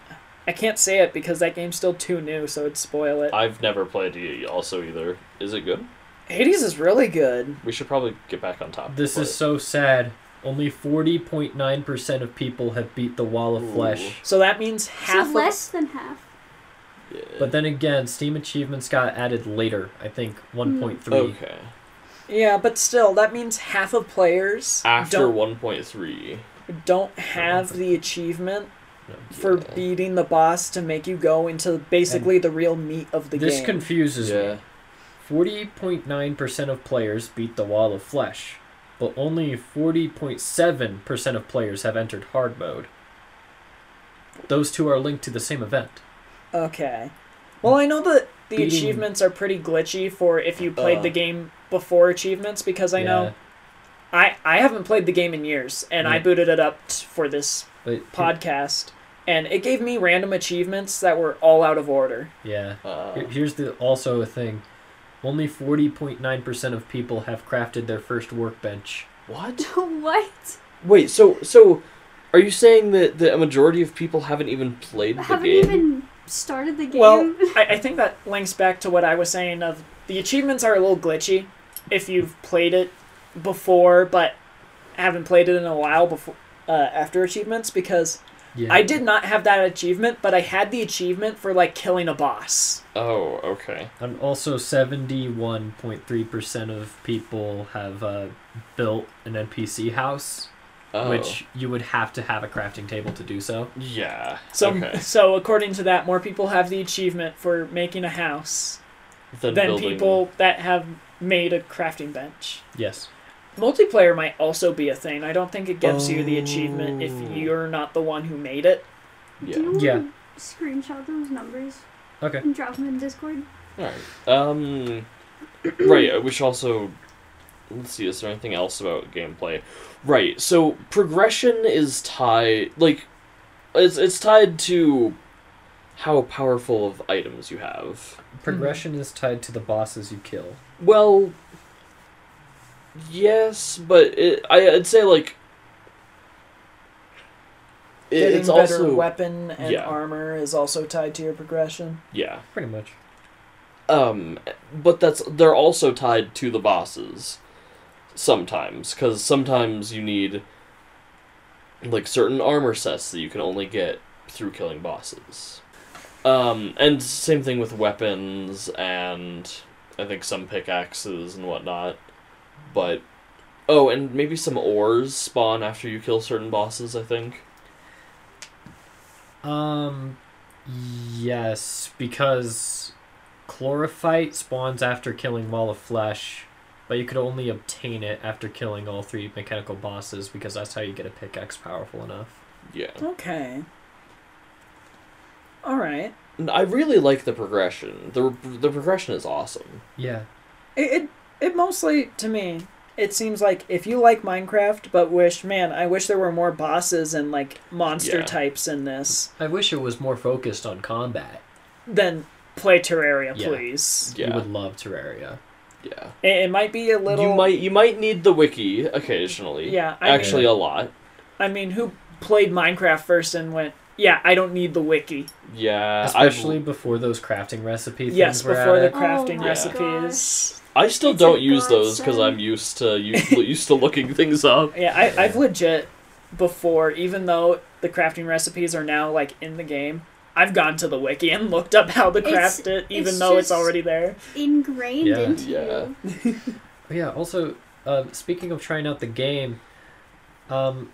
I can't say it because that game's still too new, so it'd spoil it.
I've never played it also either. Is it good?
Hades is really good.
We should probably get back on top.
This
of
is so sad. Only 40.9% of people have beat the wall of
Ooh.
flesh.
So that means half
so
of
less than half. (laughs)
it. Yeah.
But then again, Steam achievements got added later. I think 1.3.
okay.
Yeah, but still that means half of players
After
don't,
one point three.
don't have the achievement for
Yeah.
beating the boss to make you go into basically the real meat of the
This
game.
confuses
Yeah.
me. 40.9% of players beat the wall of flesh, but only 40.7% of players have entered hard mode. Those two are linked to the same event.
okay. Well, I know that the
Beating-
achievements are pretty glitchy for if you played
Uh.
the game before achievements because I know I I haven't played the game in years and I
Yeah. Hmm.
booted it up t- for this
Yeah, but-
podcast and it gave me random achievements that were all out of order.
Yeah.
Uh,
Here- Here's the also a thing. Only 40.9% of people have crafted their first workbench.
what?
what?
Wait. So so, are you saying that, that a majority of people haven't even played the
haven't
game?
even started the game. (laughs)
Well, I, I think that links back to what I was saying of the achievements are a little glitchy if you've played it before but haven't played it in a while before uh, after achievements because
Yeah.
I did not have that achievement, but I had the achievement for like killing a boss.
Oh, okay.
And also 71.3% of people have uh, built an NPC house,
Oh.
which you would have to have a crafting table to do so.
Yeah.
So,
okay.
so according to that, more people have the achievement for making a house
Then
than
building-
people that have made a crafting bench.
Yes.
Multiplayer might also be a thing. I don't think it gives you the achievement if
Oh.
you're not the one who made it.
Yeah.
Do you
Yeah.
want to screenshot those numbers
Okay.
and drop them in Discord?
Alright. Um Right, uh, we should also let's see, is there anything else about gameplay? Right, so progression is tied like it's it's tied to how powerful of items you have.
Mhm. Progression is tied to the bosses you kill.
Well Yes, but it, I, I'd say like it-
Getting
it's
better
also
weapon and
yeah.
armor is also tied to your progression.
yeah.
Pretty much.
Um, but that's they're also tied to the bosses sometimes because sometimes you need like certain armor sets that you can only get through killing bosses. Um, and same thing with weapons and I think some pickaxes and whatnot. But oh, and maybe some ores spawn after you kill certain bosses. I think.
Um, yes, because chlorophyte spawns after killing Wall of Flesh, but you could only obtain it after killing all three mechanical bosses because that's how you get a pickaxe powerful enough.
Yeah.
Okay. All right.
And I really like the progression. The the progression is awesome.
Yeah.
It, it it mostly to me it seems like if you like Minecraft but wish man I wish there were more bosses and like monster
Yeah.
types in this
I wish it was more focused on combat.
then play Terraria
Yeah.
please.
You
Yeah.
would love Terraria.
Yeah.
It, it might be a little.
You might you might need the wiki occasionally.
Yeah, I mean-
Actually a lot.
I mean, who played Minecraft first and went, yeah, I don't need the wiki.
Yeah.
Especially
I've,
before those crafting recipe things
Yes,
were
before the
added.
Oh
crafting
my
recipes.
I still
It's a
don't use those because
godsend.
I'm used to u- used to looking things up.
Yeah, I, I've legit before, even though the crafting recipes are now like in the game. I've gone to the wiki and looked up how to craft
It's-
it, even
it's
though it's
just-
already there.
Ingrained
Yeah.
into
Yeah.
you.
But Oh, yeah, also, uh, speaking of trying out the game, um,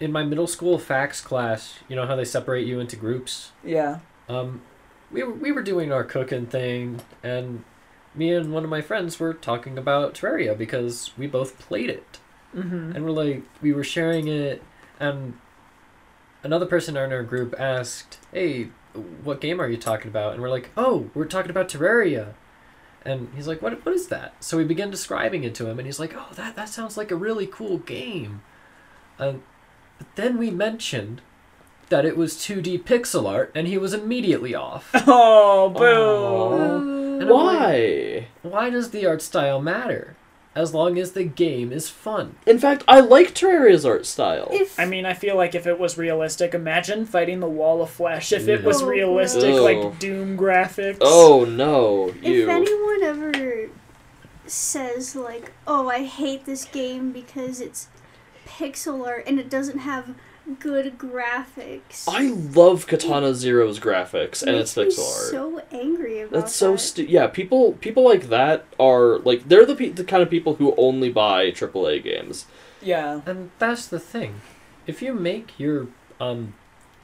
in my middle school facts class, you know how they separate you into groups?
Yeah.
Um, we, were- we were doing our cooking thing, and me and one of my friends were talking about Terraria because we both played it.
(laughs) Mm-hmm.
And we're like, we were sharing it, and another person in our group asked, Hey, what game are you talking about? And we're like, Oh, we're talking about Terraria. And he's like, What, what is that? So we began describing it to him, and he's like, Oh, that, that sounds like a really cool game. And but then we mentioned that it was 2D pixel art, and he was immediately off.
Oh, boo!
Aw.
Ooh.
And I'm like-
Why?
Why does the art style matter? As long as the game is fun.
In fact, I like Terraria's art style.
If
I mean, I feel like if it was realistic, imagine fighting the wall of flesh. If it was
Ew. Oh,
realistic,
Ew.
like Doom graphics.
oh no,
if
you.
anyone ever says like, "Oh, I hate this game because it's pixel art and it doesn't have good graphics,"
I love Katana Zero's graphics and its
Makes me
pixel art.
So angry about
That's so
that.
stu- yeah. People people like that are like they're the pe- the kind of people who only buy AAA games.
Yeah.
And that's the thing. If you make your um,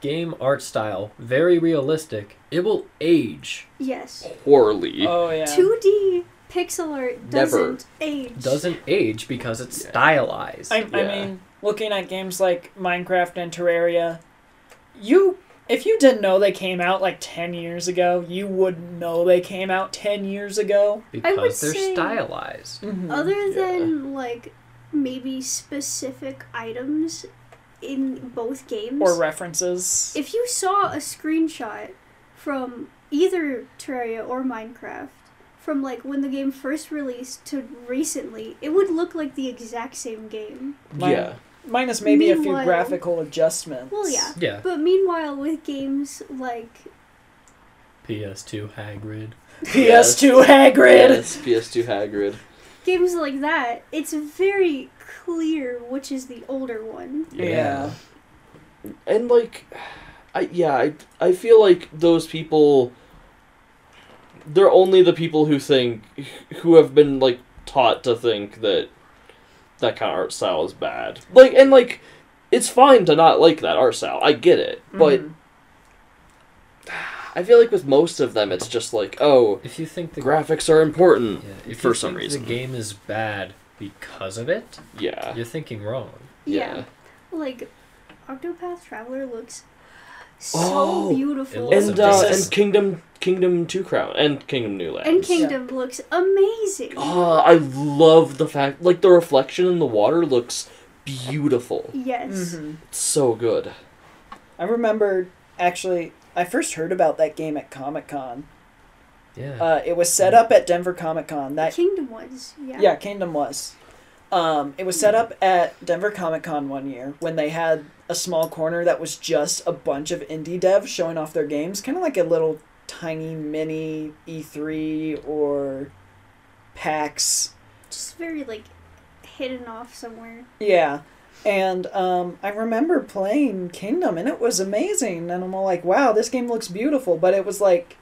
game art style very realistic, it will age.
Yes,
Poorly.
Oh yeah.
two D pixel art
Never.
doesn't age.
Doesn't age because it's
Yeah.
stylized.
I, I
Yeah.
mean, looking at games like Minecraft and Terraria, you if you didn't know they came out like 10 years ago, you wouldn't know they came out 10 years ago.
I would
because they're
say-
stylized.
Other
Yeah.
than like maybe specific items in both games,
Or references.
if you saw a screenshot from either Terraria or Minecraft from like when the game first released to recently, it would look like the exact same game.
Mine-
yeah.
Minus maybe a few
Meanwhile-
graphical adjustments.
Well,
(laughs)
yeah.
Yeah.
But meanwhile, with games like
PS2 Hagrid.
PS2 Hagrid!
Yes, PS2 Hagrid.
games like that, it's very clear which is the older one.
Yeah.
and like (sighs) i yeah i, I feel like those people they're only the people who think who have been like taught to think that that kind of art style is bad like and like it's fine to not like that art style i get it
Mm-hmm.
but
Mhm.
i feel like with most of them it's just like oh
If you think the
graphics are important
yeah, if
for
you
some
think
reason Uh.
the game is bad because of it,
yeah
you're thinking wrong.
Yeah.
Like Octopath Traveler looks so
Oh,
beautiful.
Lots of
and uh,
design.
and kingdom kingdom 2 crown and kingdom new lands
And Kingdom looks amazing.
Ah, I love the fact like the reflection in the water looks beautiful.
Yes.
Mhm.
It's so good.
I remember actually I first heard about that game at Comic-Con.
Yeah.
Uh, it was set up at Denver Comic-Con. That
Kingdom was, yeah.
Yeah, Kingdom was. Um, it was set up at Denver Comic Con one year when they had a small corner that was just a bunch of indie devs showing off their games, kind of like a little tiny mini E3 or PAX.
just very like hidden off somewhere.
Yeah. And um, I remember playing Kingdom and it was amazing. And I'm all like, wow, this game looks beautiful. But it was like,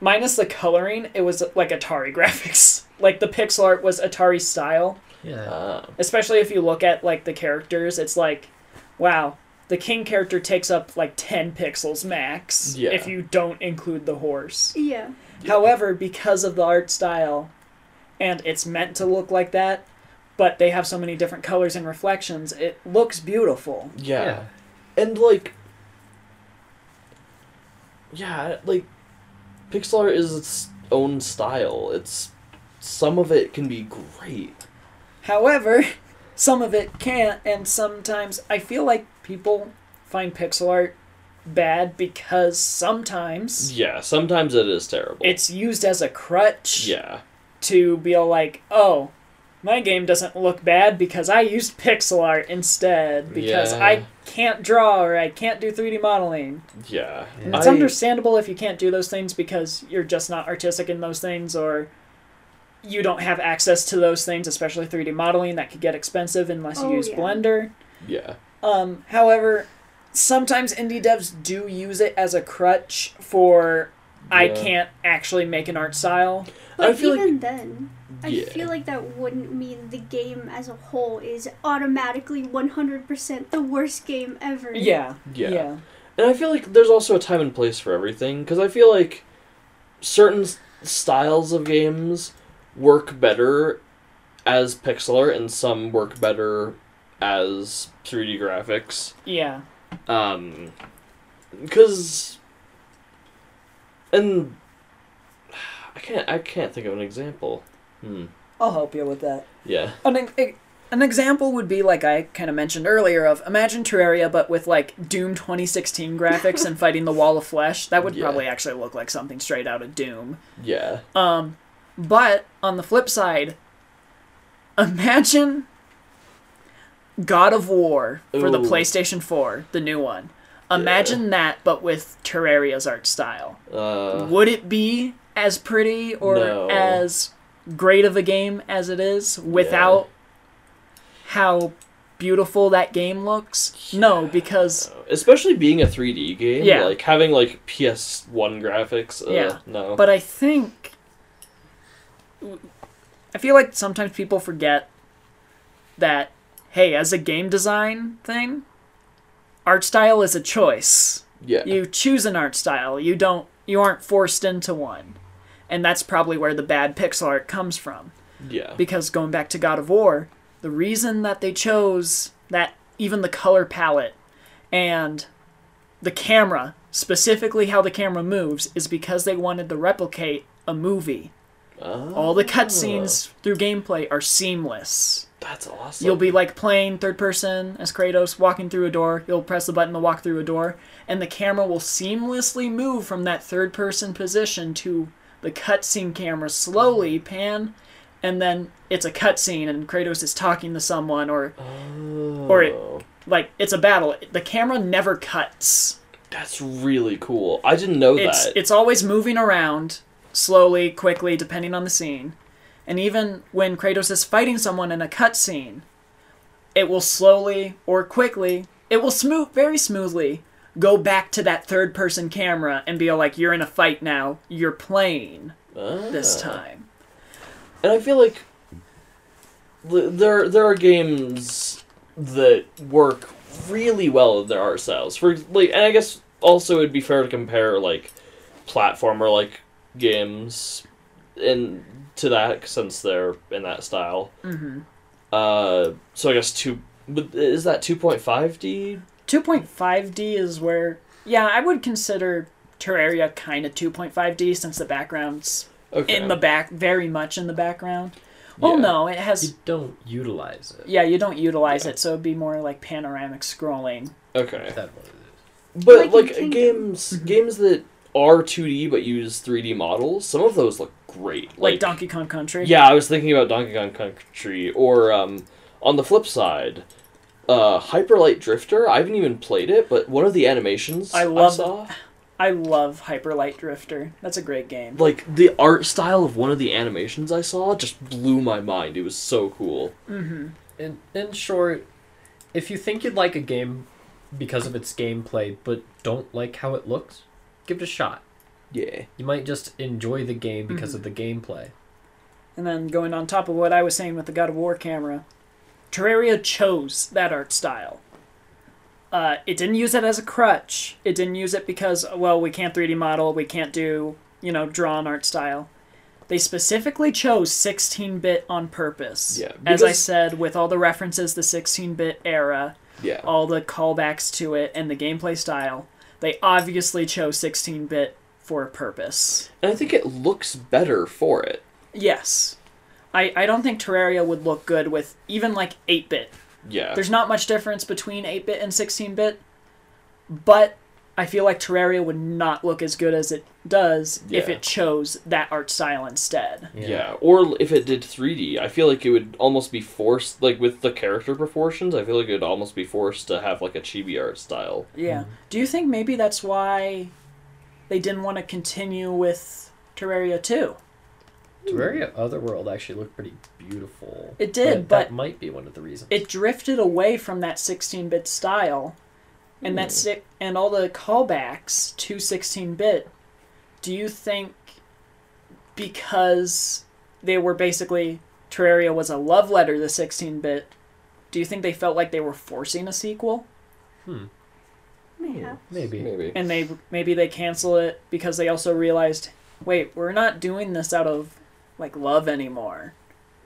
minus the coloring, it was like Atari (laughs) graphics. Like the pixel art was Atari style.
yeah.
Ah,
especially if you look at like the characters it's like wow the king character takes up like 10 pixels max
Yeah.
if you don't include the horse.
Yeah.
However, because of the art style, and it's meant to look like that, but they have so many different colors and reflections, it looks beautiful.
yeah. and like yeah like pixel art is its own style it's some of it can be great
However, (laughs) some of it can't, and sometimes I feel like people find pixel art bad because sometimes
yeah sometimes it is terrible
it's used as a crutch
yeah
to be all like, oh, my game doesn't look bad because I used pixel art instead because
Yeah.
I can't draw or I can't do 3D modeling.
yeah,
Yeah.
It's
I-
understandable if you can't do those things because you're just not artistic in those things or you don't have access to those things, especially 3D modeling that could get expensive unless you
Oh,
use
yeah.
Blender.
yeah
Um, however, sometimes indie devs do use it as a crutch for I
Yeah.
can't actually make an art style.
But
I feel like-
even then, I
yeah
feel like that wouldn't mean the game as a whole is automatically 100% the worst game ever.
Yeah.
yeah and i feel like there's also a time and place for everything because i feel like certain s- styles of games work better as pixel art and some work better as 3d graphics
Yeah.
Um, because, and I can't I can't think of an example. Hmm.
I'll help you with that.
Yeah.
An, e- an example would be like I kind of mentioned earlier of imagine Terraria but with like Doom 2016 graphics
(laughs)
and fighting the wall of flesh. That would
Yeah.
probably actually look like something straight out of Doom.
Yeah.
Um, but on the flip side, imagine God of War for the
Ooh.
PlayStation 4, the new one. Imagine that, but with Terraria's art style.
Uh.
Would it be as pretty or
No.
as great of a game as it is without how beautiful that game looks? No, because
Especially being a 3D game,
Yeah.
like having like PS1 graphics. Uh,
Yeah.
No.
But I think I feel like sometimes people forget that hey, as a game design thing, art style is a choice.
yeah.
You choose an art style. You don't you aren't forced into one. And that's probably where the bad pixel art comes from
yeah.
because going back to God of War, the reason that they chose that even the color palette and the camera, specifically how the camera moves, is because they wanted to replicate a movie.
Oh,
All the cutscenes through gameplay are seamless.
That's awesome.
You'll be like playing third person as Kratos, walking through a door. You'll press the button to walk through a door, and the camera will seamlessly move from that third person position to the cutscene camera, slowly pan, and then it's a cutscene, and Kratos is talking to someone, or
Oh.
or it- like it's a battle. The camera never cuts.
That's really cool. I didn't know
It's
that.
it's always moving around slowly, quickly, depending on the scene. And even when Kratos is fighting someone in a cutscene, it will slowly or quickly, it will smooth very smoothly go back to that third person camera and be all like, You're in a fight now, you're playing this
Ah.
time.
And I feel like th- there there are games that work really well with their art styles. For like, and I guess also it'd be fair to compare like platformer like games and to that since they're in that style.
hmm
Uh, so I guess two. But is that two point five D?
2.5D is where, yeah, I would consider Terraria kind of 2.5D since the background's
Okay.
in the back, very much in the background. Well,
Yeah.
no, it has.
You don't utilize it.
Yeah, you don't utilize
Yeah.
it, so it'd be more like panoramic scrolling.
okay.
That one is.
But
Like in
like,
Kingdom.
games
Mm-hmm.
games that are two D but use three D models. Some of those look great.
Like, Donkey Kong Country.
Yeah, I was thinking about Donkey Kong Country, or um, on the flip side, uh, Hyper Light Drifter. I haven't even played it, but one of the animations
I
I,
love-
saw,
I love Hyper Light Drifter. That's a great game.
like the art style of one of the animations I saw, just blew my mind. It was so cool.
Mm-hmm.
In, in short, if you think you'd like a game because of its gameplay, but don't like how it looks, give it a shot.
Yeah.
You might just enjoy the game because of the
Mm-hmm.
gameplay.
And then going on top of what I was saying with the God of War camera, Terraria chose that art style. Uh, it didn't use it as a crutch. It didn't use it because, well, we can't 3D model, we can't do, you know, draw an art style. They specifically chose 16 bit on purpose.
Yeah,
as I
because-
said, with all the references to 16 bit era,
Yeah.
all the callbacks to it, and the gameplay style, they obviously chose 16 bit for a purpose.
And I think it looks better for it.
Yes. I, I don't think Terraria would look good with even like 8 bit.
Yeah.
There's not much difference between 8 bit and 16 bit, but I feel like Terraria would not look as good as it does if
Yeah.
it chose that art style instead.
yeah. Or if it did 3D, I feel like it would almost be forced, like with the character proportions, I feel like it would almost be forced to have like a chibi art style.
Yeah. Do you think maybe that's why they didn't want to continue with Terraria 2?
Terraria Otherworld actually looked pretty beautiful.
It did,
that
but-
might be one of the reasons.
It drifted away from that 16 bit style and that si- and all the callbacks to 16 bit. Do you think because they were basically Terraria was a love letter to 16 bit, do you think they felt like they were forcing a sequel?
Mayhap.
Maybe.
Maybe.
and they maybe they cancel it because they also realized wait we're not doing this out of like love anymore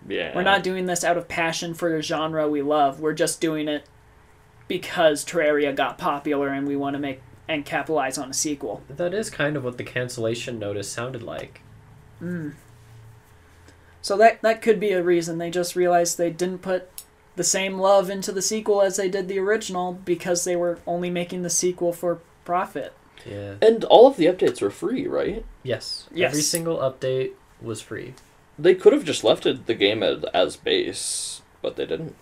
Yeah.
we're not doing this out of passion for the genre we love we're just doing it because terraria got popular and we want to make and capitalize on a sequel
That is kind of what the cancellation notice sounded like.
so that that could be a reason they just realized they didn't put the same love into the sequel as they did the original because they were only making the sequel for profit
Yeah.
And all of the updates were free, right?
Yes. Every
Yes.
single update was free.
They could have just left it the game as, as base, but they didn't.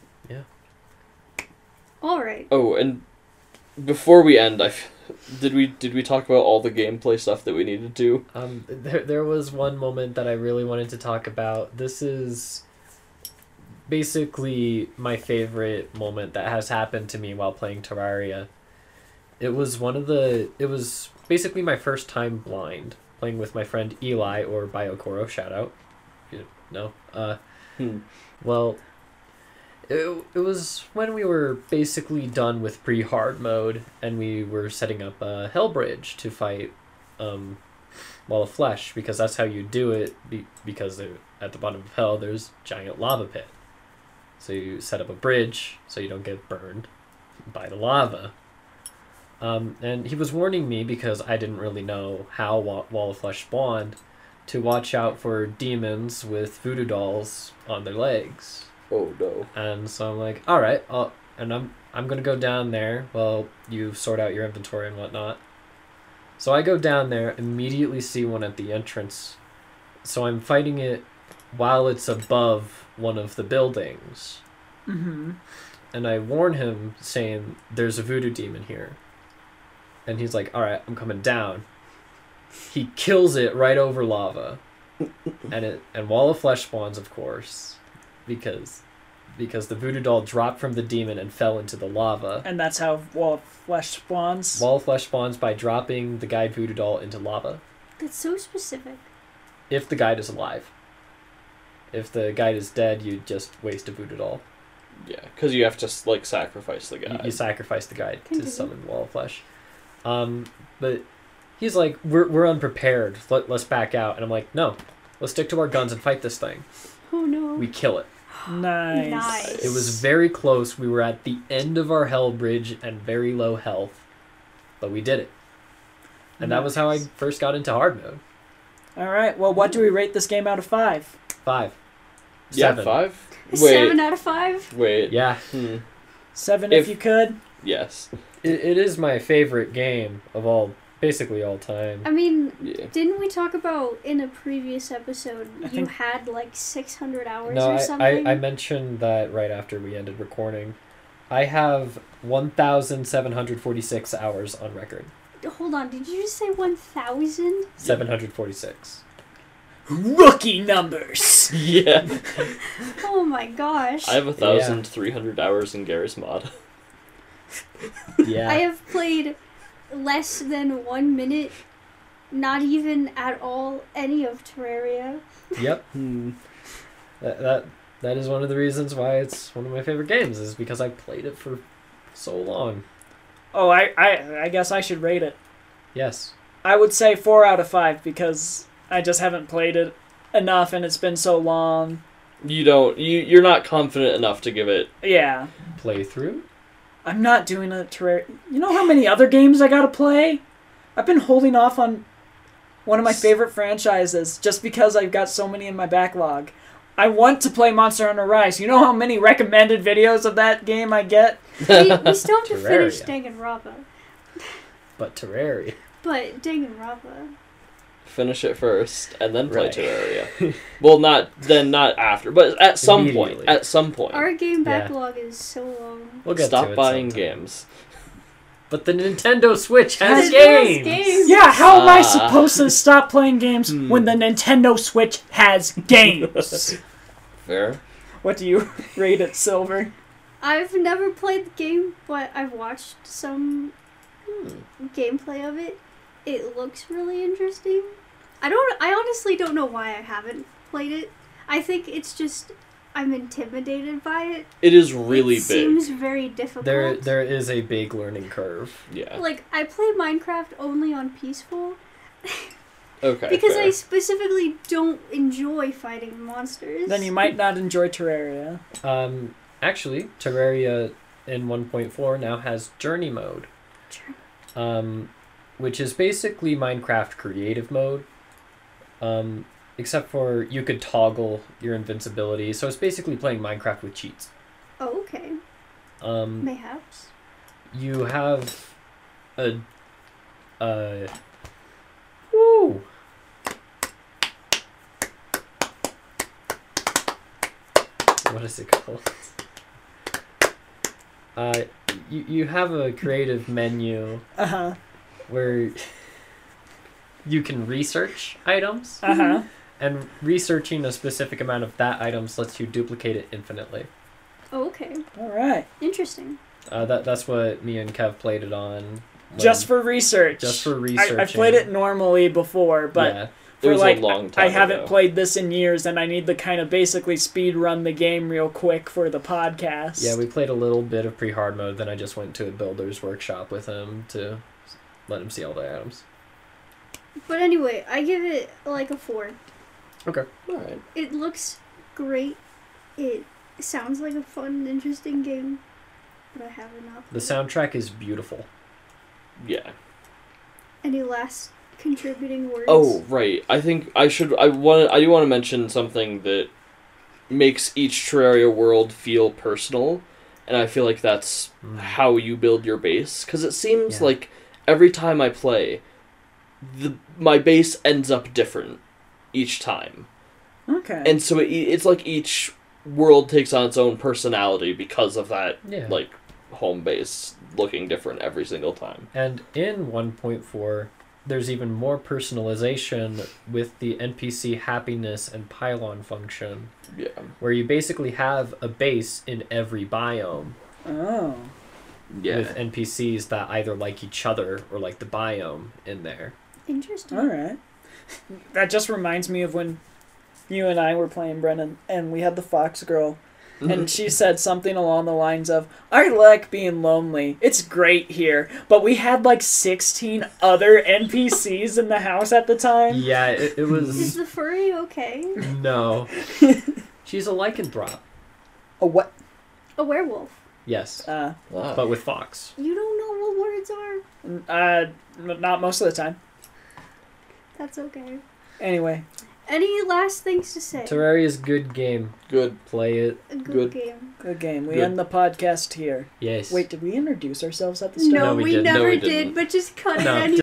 All right.
Oh, and before we end, I f- did we did we talk about all the gameplay stuff that we needed to?
Um, there, there was one moment that I really wanted to talk about. This is basically my favorite moment that has happened to me while playing Terraria. It was one of the. It was basically my first time blind playing with my friend Eli or Biokoro. Shout out. You know, uh,
Hmm.
well, it, it was when we were basically done with pre hard mode and we were setting up a Hellbridge to fight um, Wall of Flesh because that's how you do it be- because there- at the bottom of Hell there's giant lava pit. So you set up a bridge so you don't get burned by the lava. Um, and he was warning me because I didn't really know how Wa- Wall of Flesh spawned to watch out for demons with voodoo dolls on their legs.
Oh no.
And so I'm like, all right, I'll, and I'm I'm gonna go down there. Well, you sort out your inventory and whatnot. So I go down there, immediately see one at the entrance. So I'm fighting it while it's above one of the buildings
mm-hmm
and I warn him, saying, "There's a voodoo demon here," and he's like, "All right, I'm coming down." He kills it right over lava, and it and wall of flesh spawns, of course, because because the voodoo doll dropped from the demon and fell into the lava.
and that's how wall of flesh spawns
Wall of flesh spawns by dropping the guide voodoo doll into lava.
That's so specific.
If the guide is alive, if the guide is dead, you just waste a voodoo doll.
Yeah, because you have to s- like sacrifice the
you,
guy.
you sacrifice the guide to
Continue.
summon wall of flesh um but he's like we're, we're unprepared Let, let's back out and i'm like no let's stick to our guns and fight this thing
Oh no.
we kill it
nice
Nice.
it was very close we were at the end of our hell bridge and very low health but we did it and that was how i
Nice.
first got into hard mode
All right. Well, what do we rate this game out of five?
five
yeah,
seven
five. Wait,
Seven out of five.
wait.
yeah
Hmm.
Seven, if,
If-
you could.
Yes.
it, it is my favorite game of all basically all time
I mean,
Yeah.
didn't we talk about in a previous episode
I
you
think-
had like six hundred hours
No,
or
I,
something?
I, I mentioned that right after we ended recording. I have 1,746 hours on record.
Hold on. Did you just say one thousand?
746.
Rookie numbers.
(laughs)
Yeah.
Oh my gosh.
I have a thousand three hundred hours in Garry's mod.
Yeah.
(laughs) I have played less than one minute, not even at all any of
(laughs)
Terraria.
Yep.
Hmm.
That, that that is one of the reasons why it's one of my favorite games is because I played it for so long.
Oh, I, I, I guess I should rate it.
Yes.
I would say four out of five because I just haven't played it enough, and it's been so long.
You don't. You you're not confident enough to give it.
Yeah,
Playthrough?
I'm not doing a Terraria. You know how many other games I gotta play? I've been holding off on one of my favorite franchises just because I've got so many in my backlog. I want to play Monster Hunter Rise. You know how many recommended videos of that game I get?
we, we still have to finish Danganronpa,
But Terraria.
but Danganronpa.
Finish it first and then play
Right. (laughs)
Terraria. well, not then, not after, but at some point.
Immediately.
At some point,
Our game
Yeah.
backlog is so long.
We'll get to
stop
it
buying
sometime.
games.
But the Nintendo Switch has
It has
games.
games.
Yeah, how am I
Ah.
supposed to stop playing games when the Nintendo Switch has games?
Fair.
what do you rate it, Silver?
I've never played the game, but I've watched some
Hmm.
gameplay of it. It looks really interesting. I don't. I honestly don't know why I haven't played it. I think it's just I'm intimidated by it.
It is really
it
big.
Seems very difficult.
There, there is a big learning curve.
Yeah.
Like I play Minecraft only on peaceful
Okay.
because
fair.
I specifically don't enjoy fighting monsters.
Then you might not enjoy Terraria.
Um, actually, Terraria in 1.4 now has Journey mode,
Sure.
um, which is basically Minecraft creative mode, um, except for you could toggle your invincibility. So it's basically playing Minecraft with cheats.
Oh, okay.
Hmm.
Um,
Mayhaps.
you have a, a, woo. What is it called? Uh, you you have a creative menu
Uh huh.
where you can research items,
Uh huh.
and researching a specific amount of that items lets you duplicate it infinitely.
Oh, okay.
Hmm. All right.
Interesting.
Uh, that that's what me and Kev played it on. when-
Just for research.
just for
I,
research.
I've played it normally before, but
yeah,
It
for
was a
like
long
I- I
time
haven't
ago.
played this in years, and I need to kind of basically speed run the game real quick for the podcast.
yeah, we played a little bit of pre-hard mode. Then I just went to a builder's workshop with him to s- let him see all the items.
But anyway, I give it like a four.
Okay.
All right.
It looks great. It sounds like a fun, interesting game, but I haven't. not
The
played it.
soundtrack is beautiful.
Yeah.
Any last contributing words?
Oh right. I think I should. I want. I do want to mention something that makes each Terraria world feel personal, and I feel like that's
Mm.
how you build your base. Because it seems
Yeah.
like every time I play, the my base ends up different each time,
Okay.
and so it, e-, it's like each world takes on its own personality because of that.
Yeah.
Like home base looking different every single time.
And in 1.4, there's even more personalization with the NPC happiness and pylon function,
Yeah.
where you basically have a base in every biome
oh.
Yeah.
with NPCs that either like each other or like the biome in there.
interesting.
All right. That just reminds me of when you and I were playing Brennan, and we had the Fox Girl, and she said something along the lines of, "I like being lonely. It's great here." But we had like sixteen other NPCs in the house at the time.
Yeah, it, it
Is (laughs)
was
the furry okay?
no. She's a lycanthrope.
(laughs) A what?
A werewolf.
Yes,
Uh,
Wow.
but with fox.
You don't know what words are.
uh, n- not most of the time.
That's okay.
Anyway,
Any last things to say?
Terraria's good game.
Good.
Play it.
a good,
Good.
game.
good game. We
Good.
end the podcast here.
Yes.
Wait, did we introduce ourselves at the start?
No,
No, we
we,
didn't.
never
No, we
did.
didn't.
But just cut
No,
it anyway.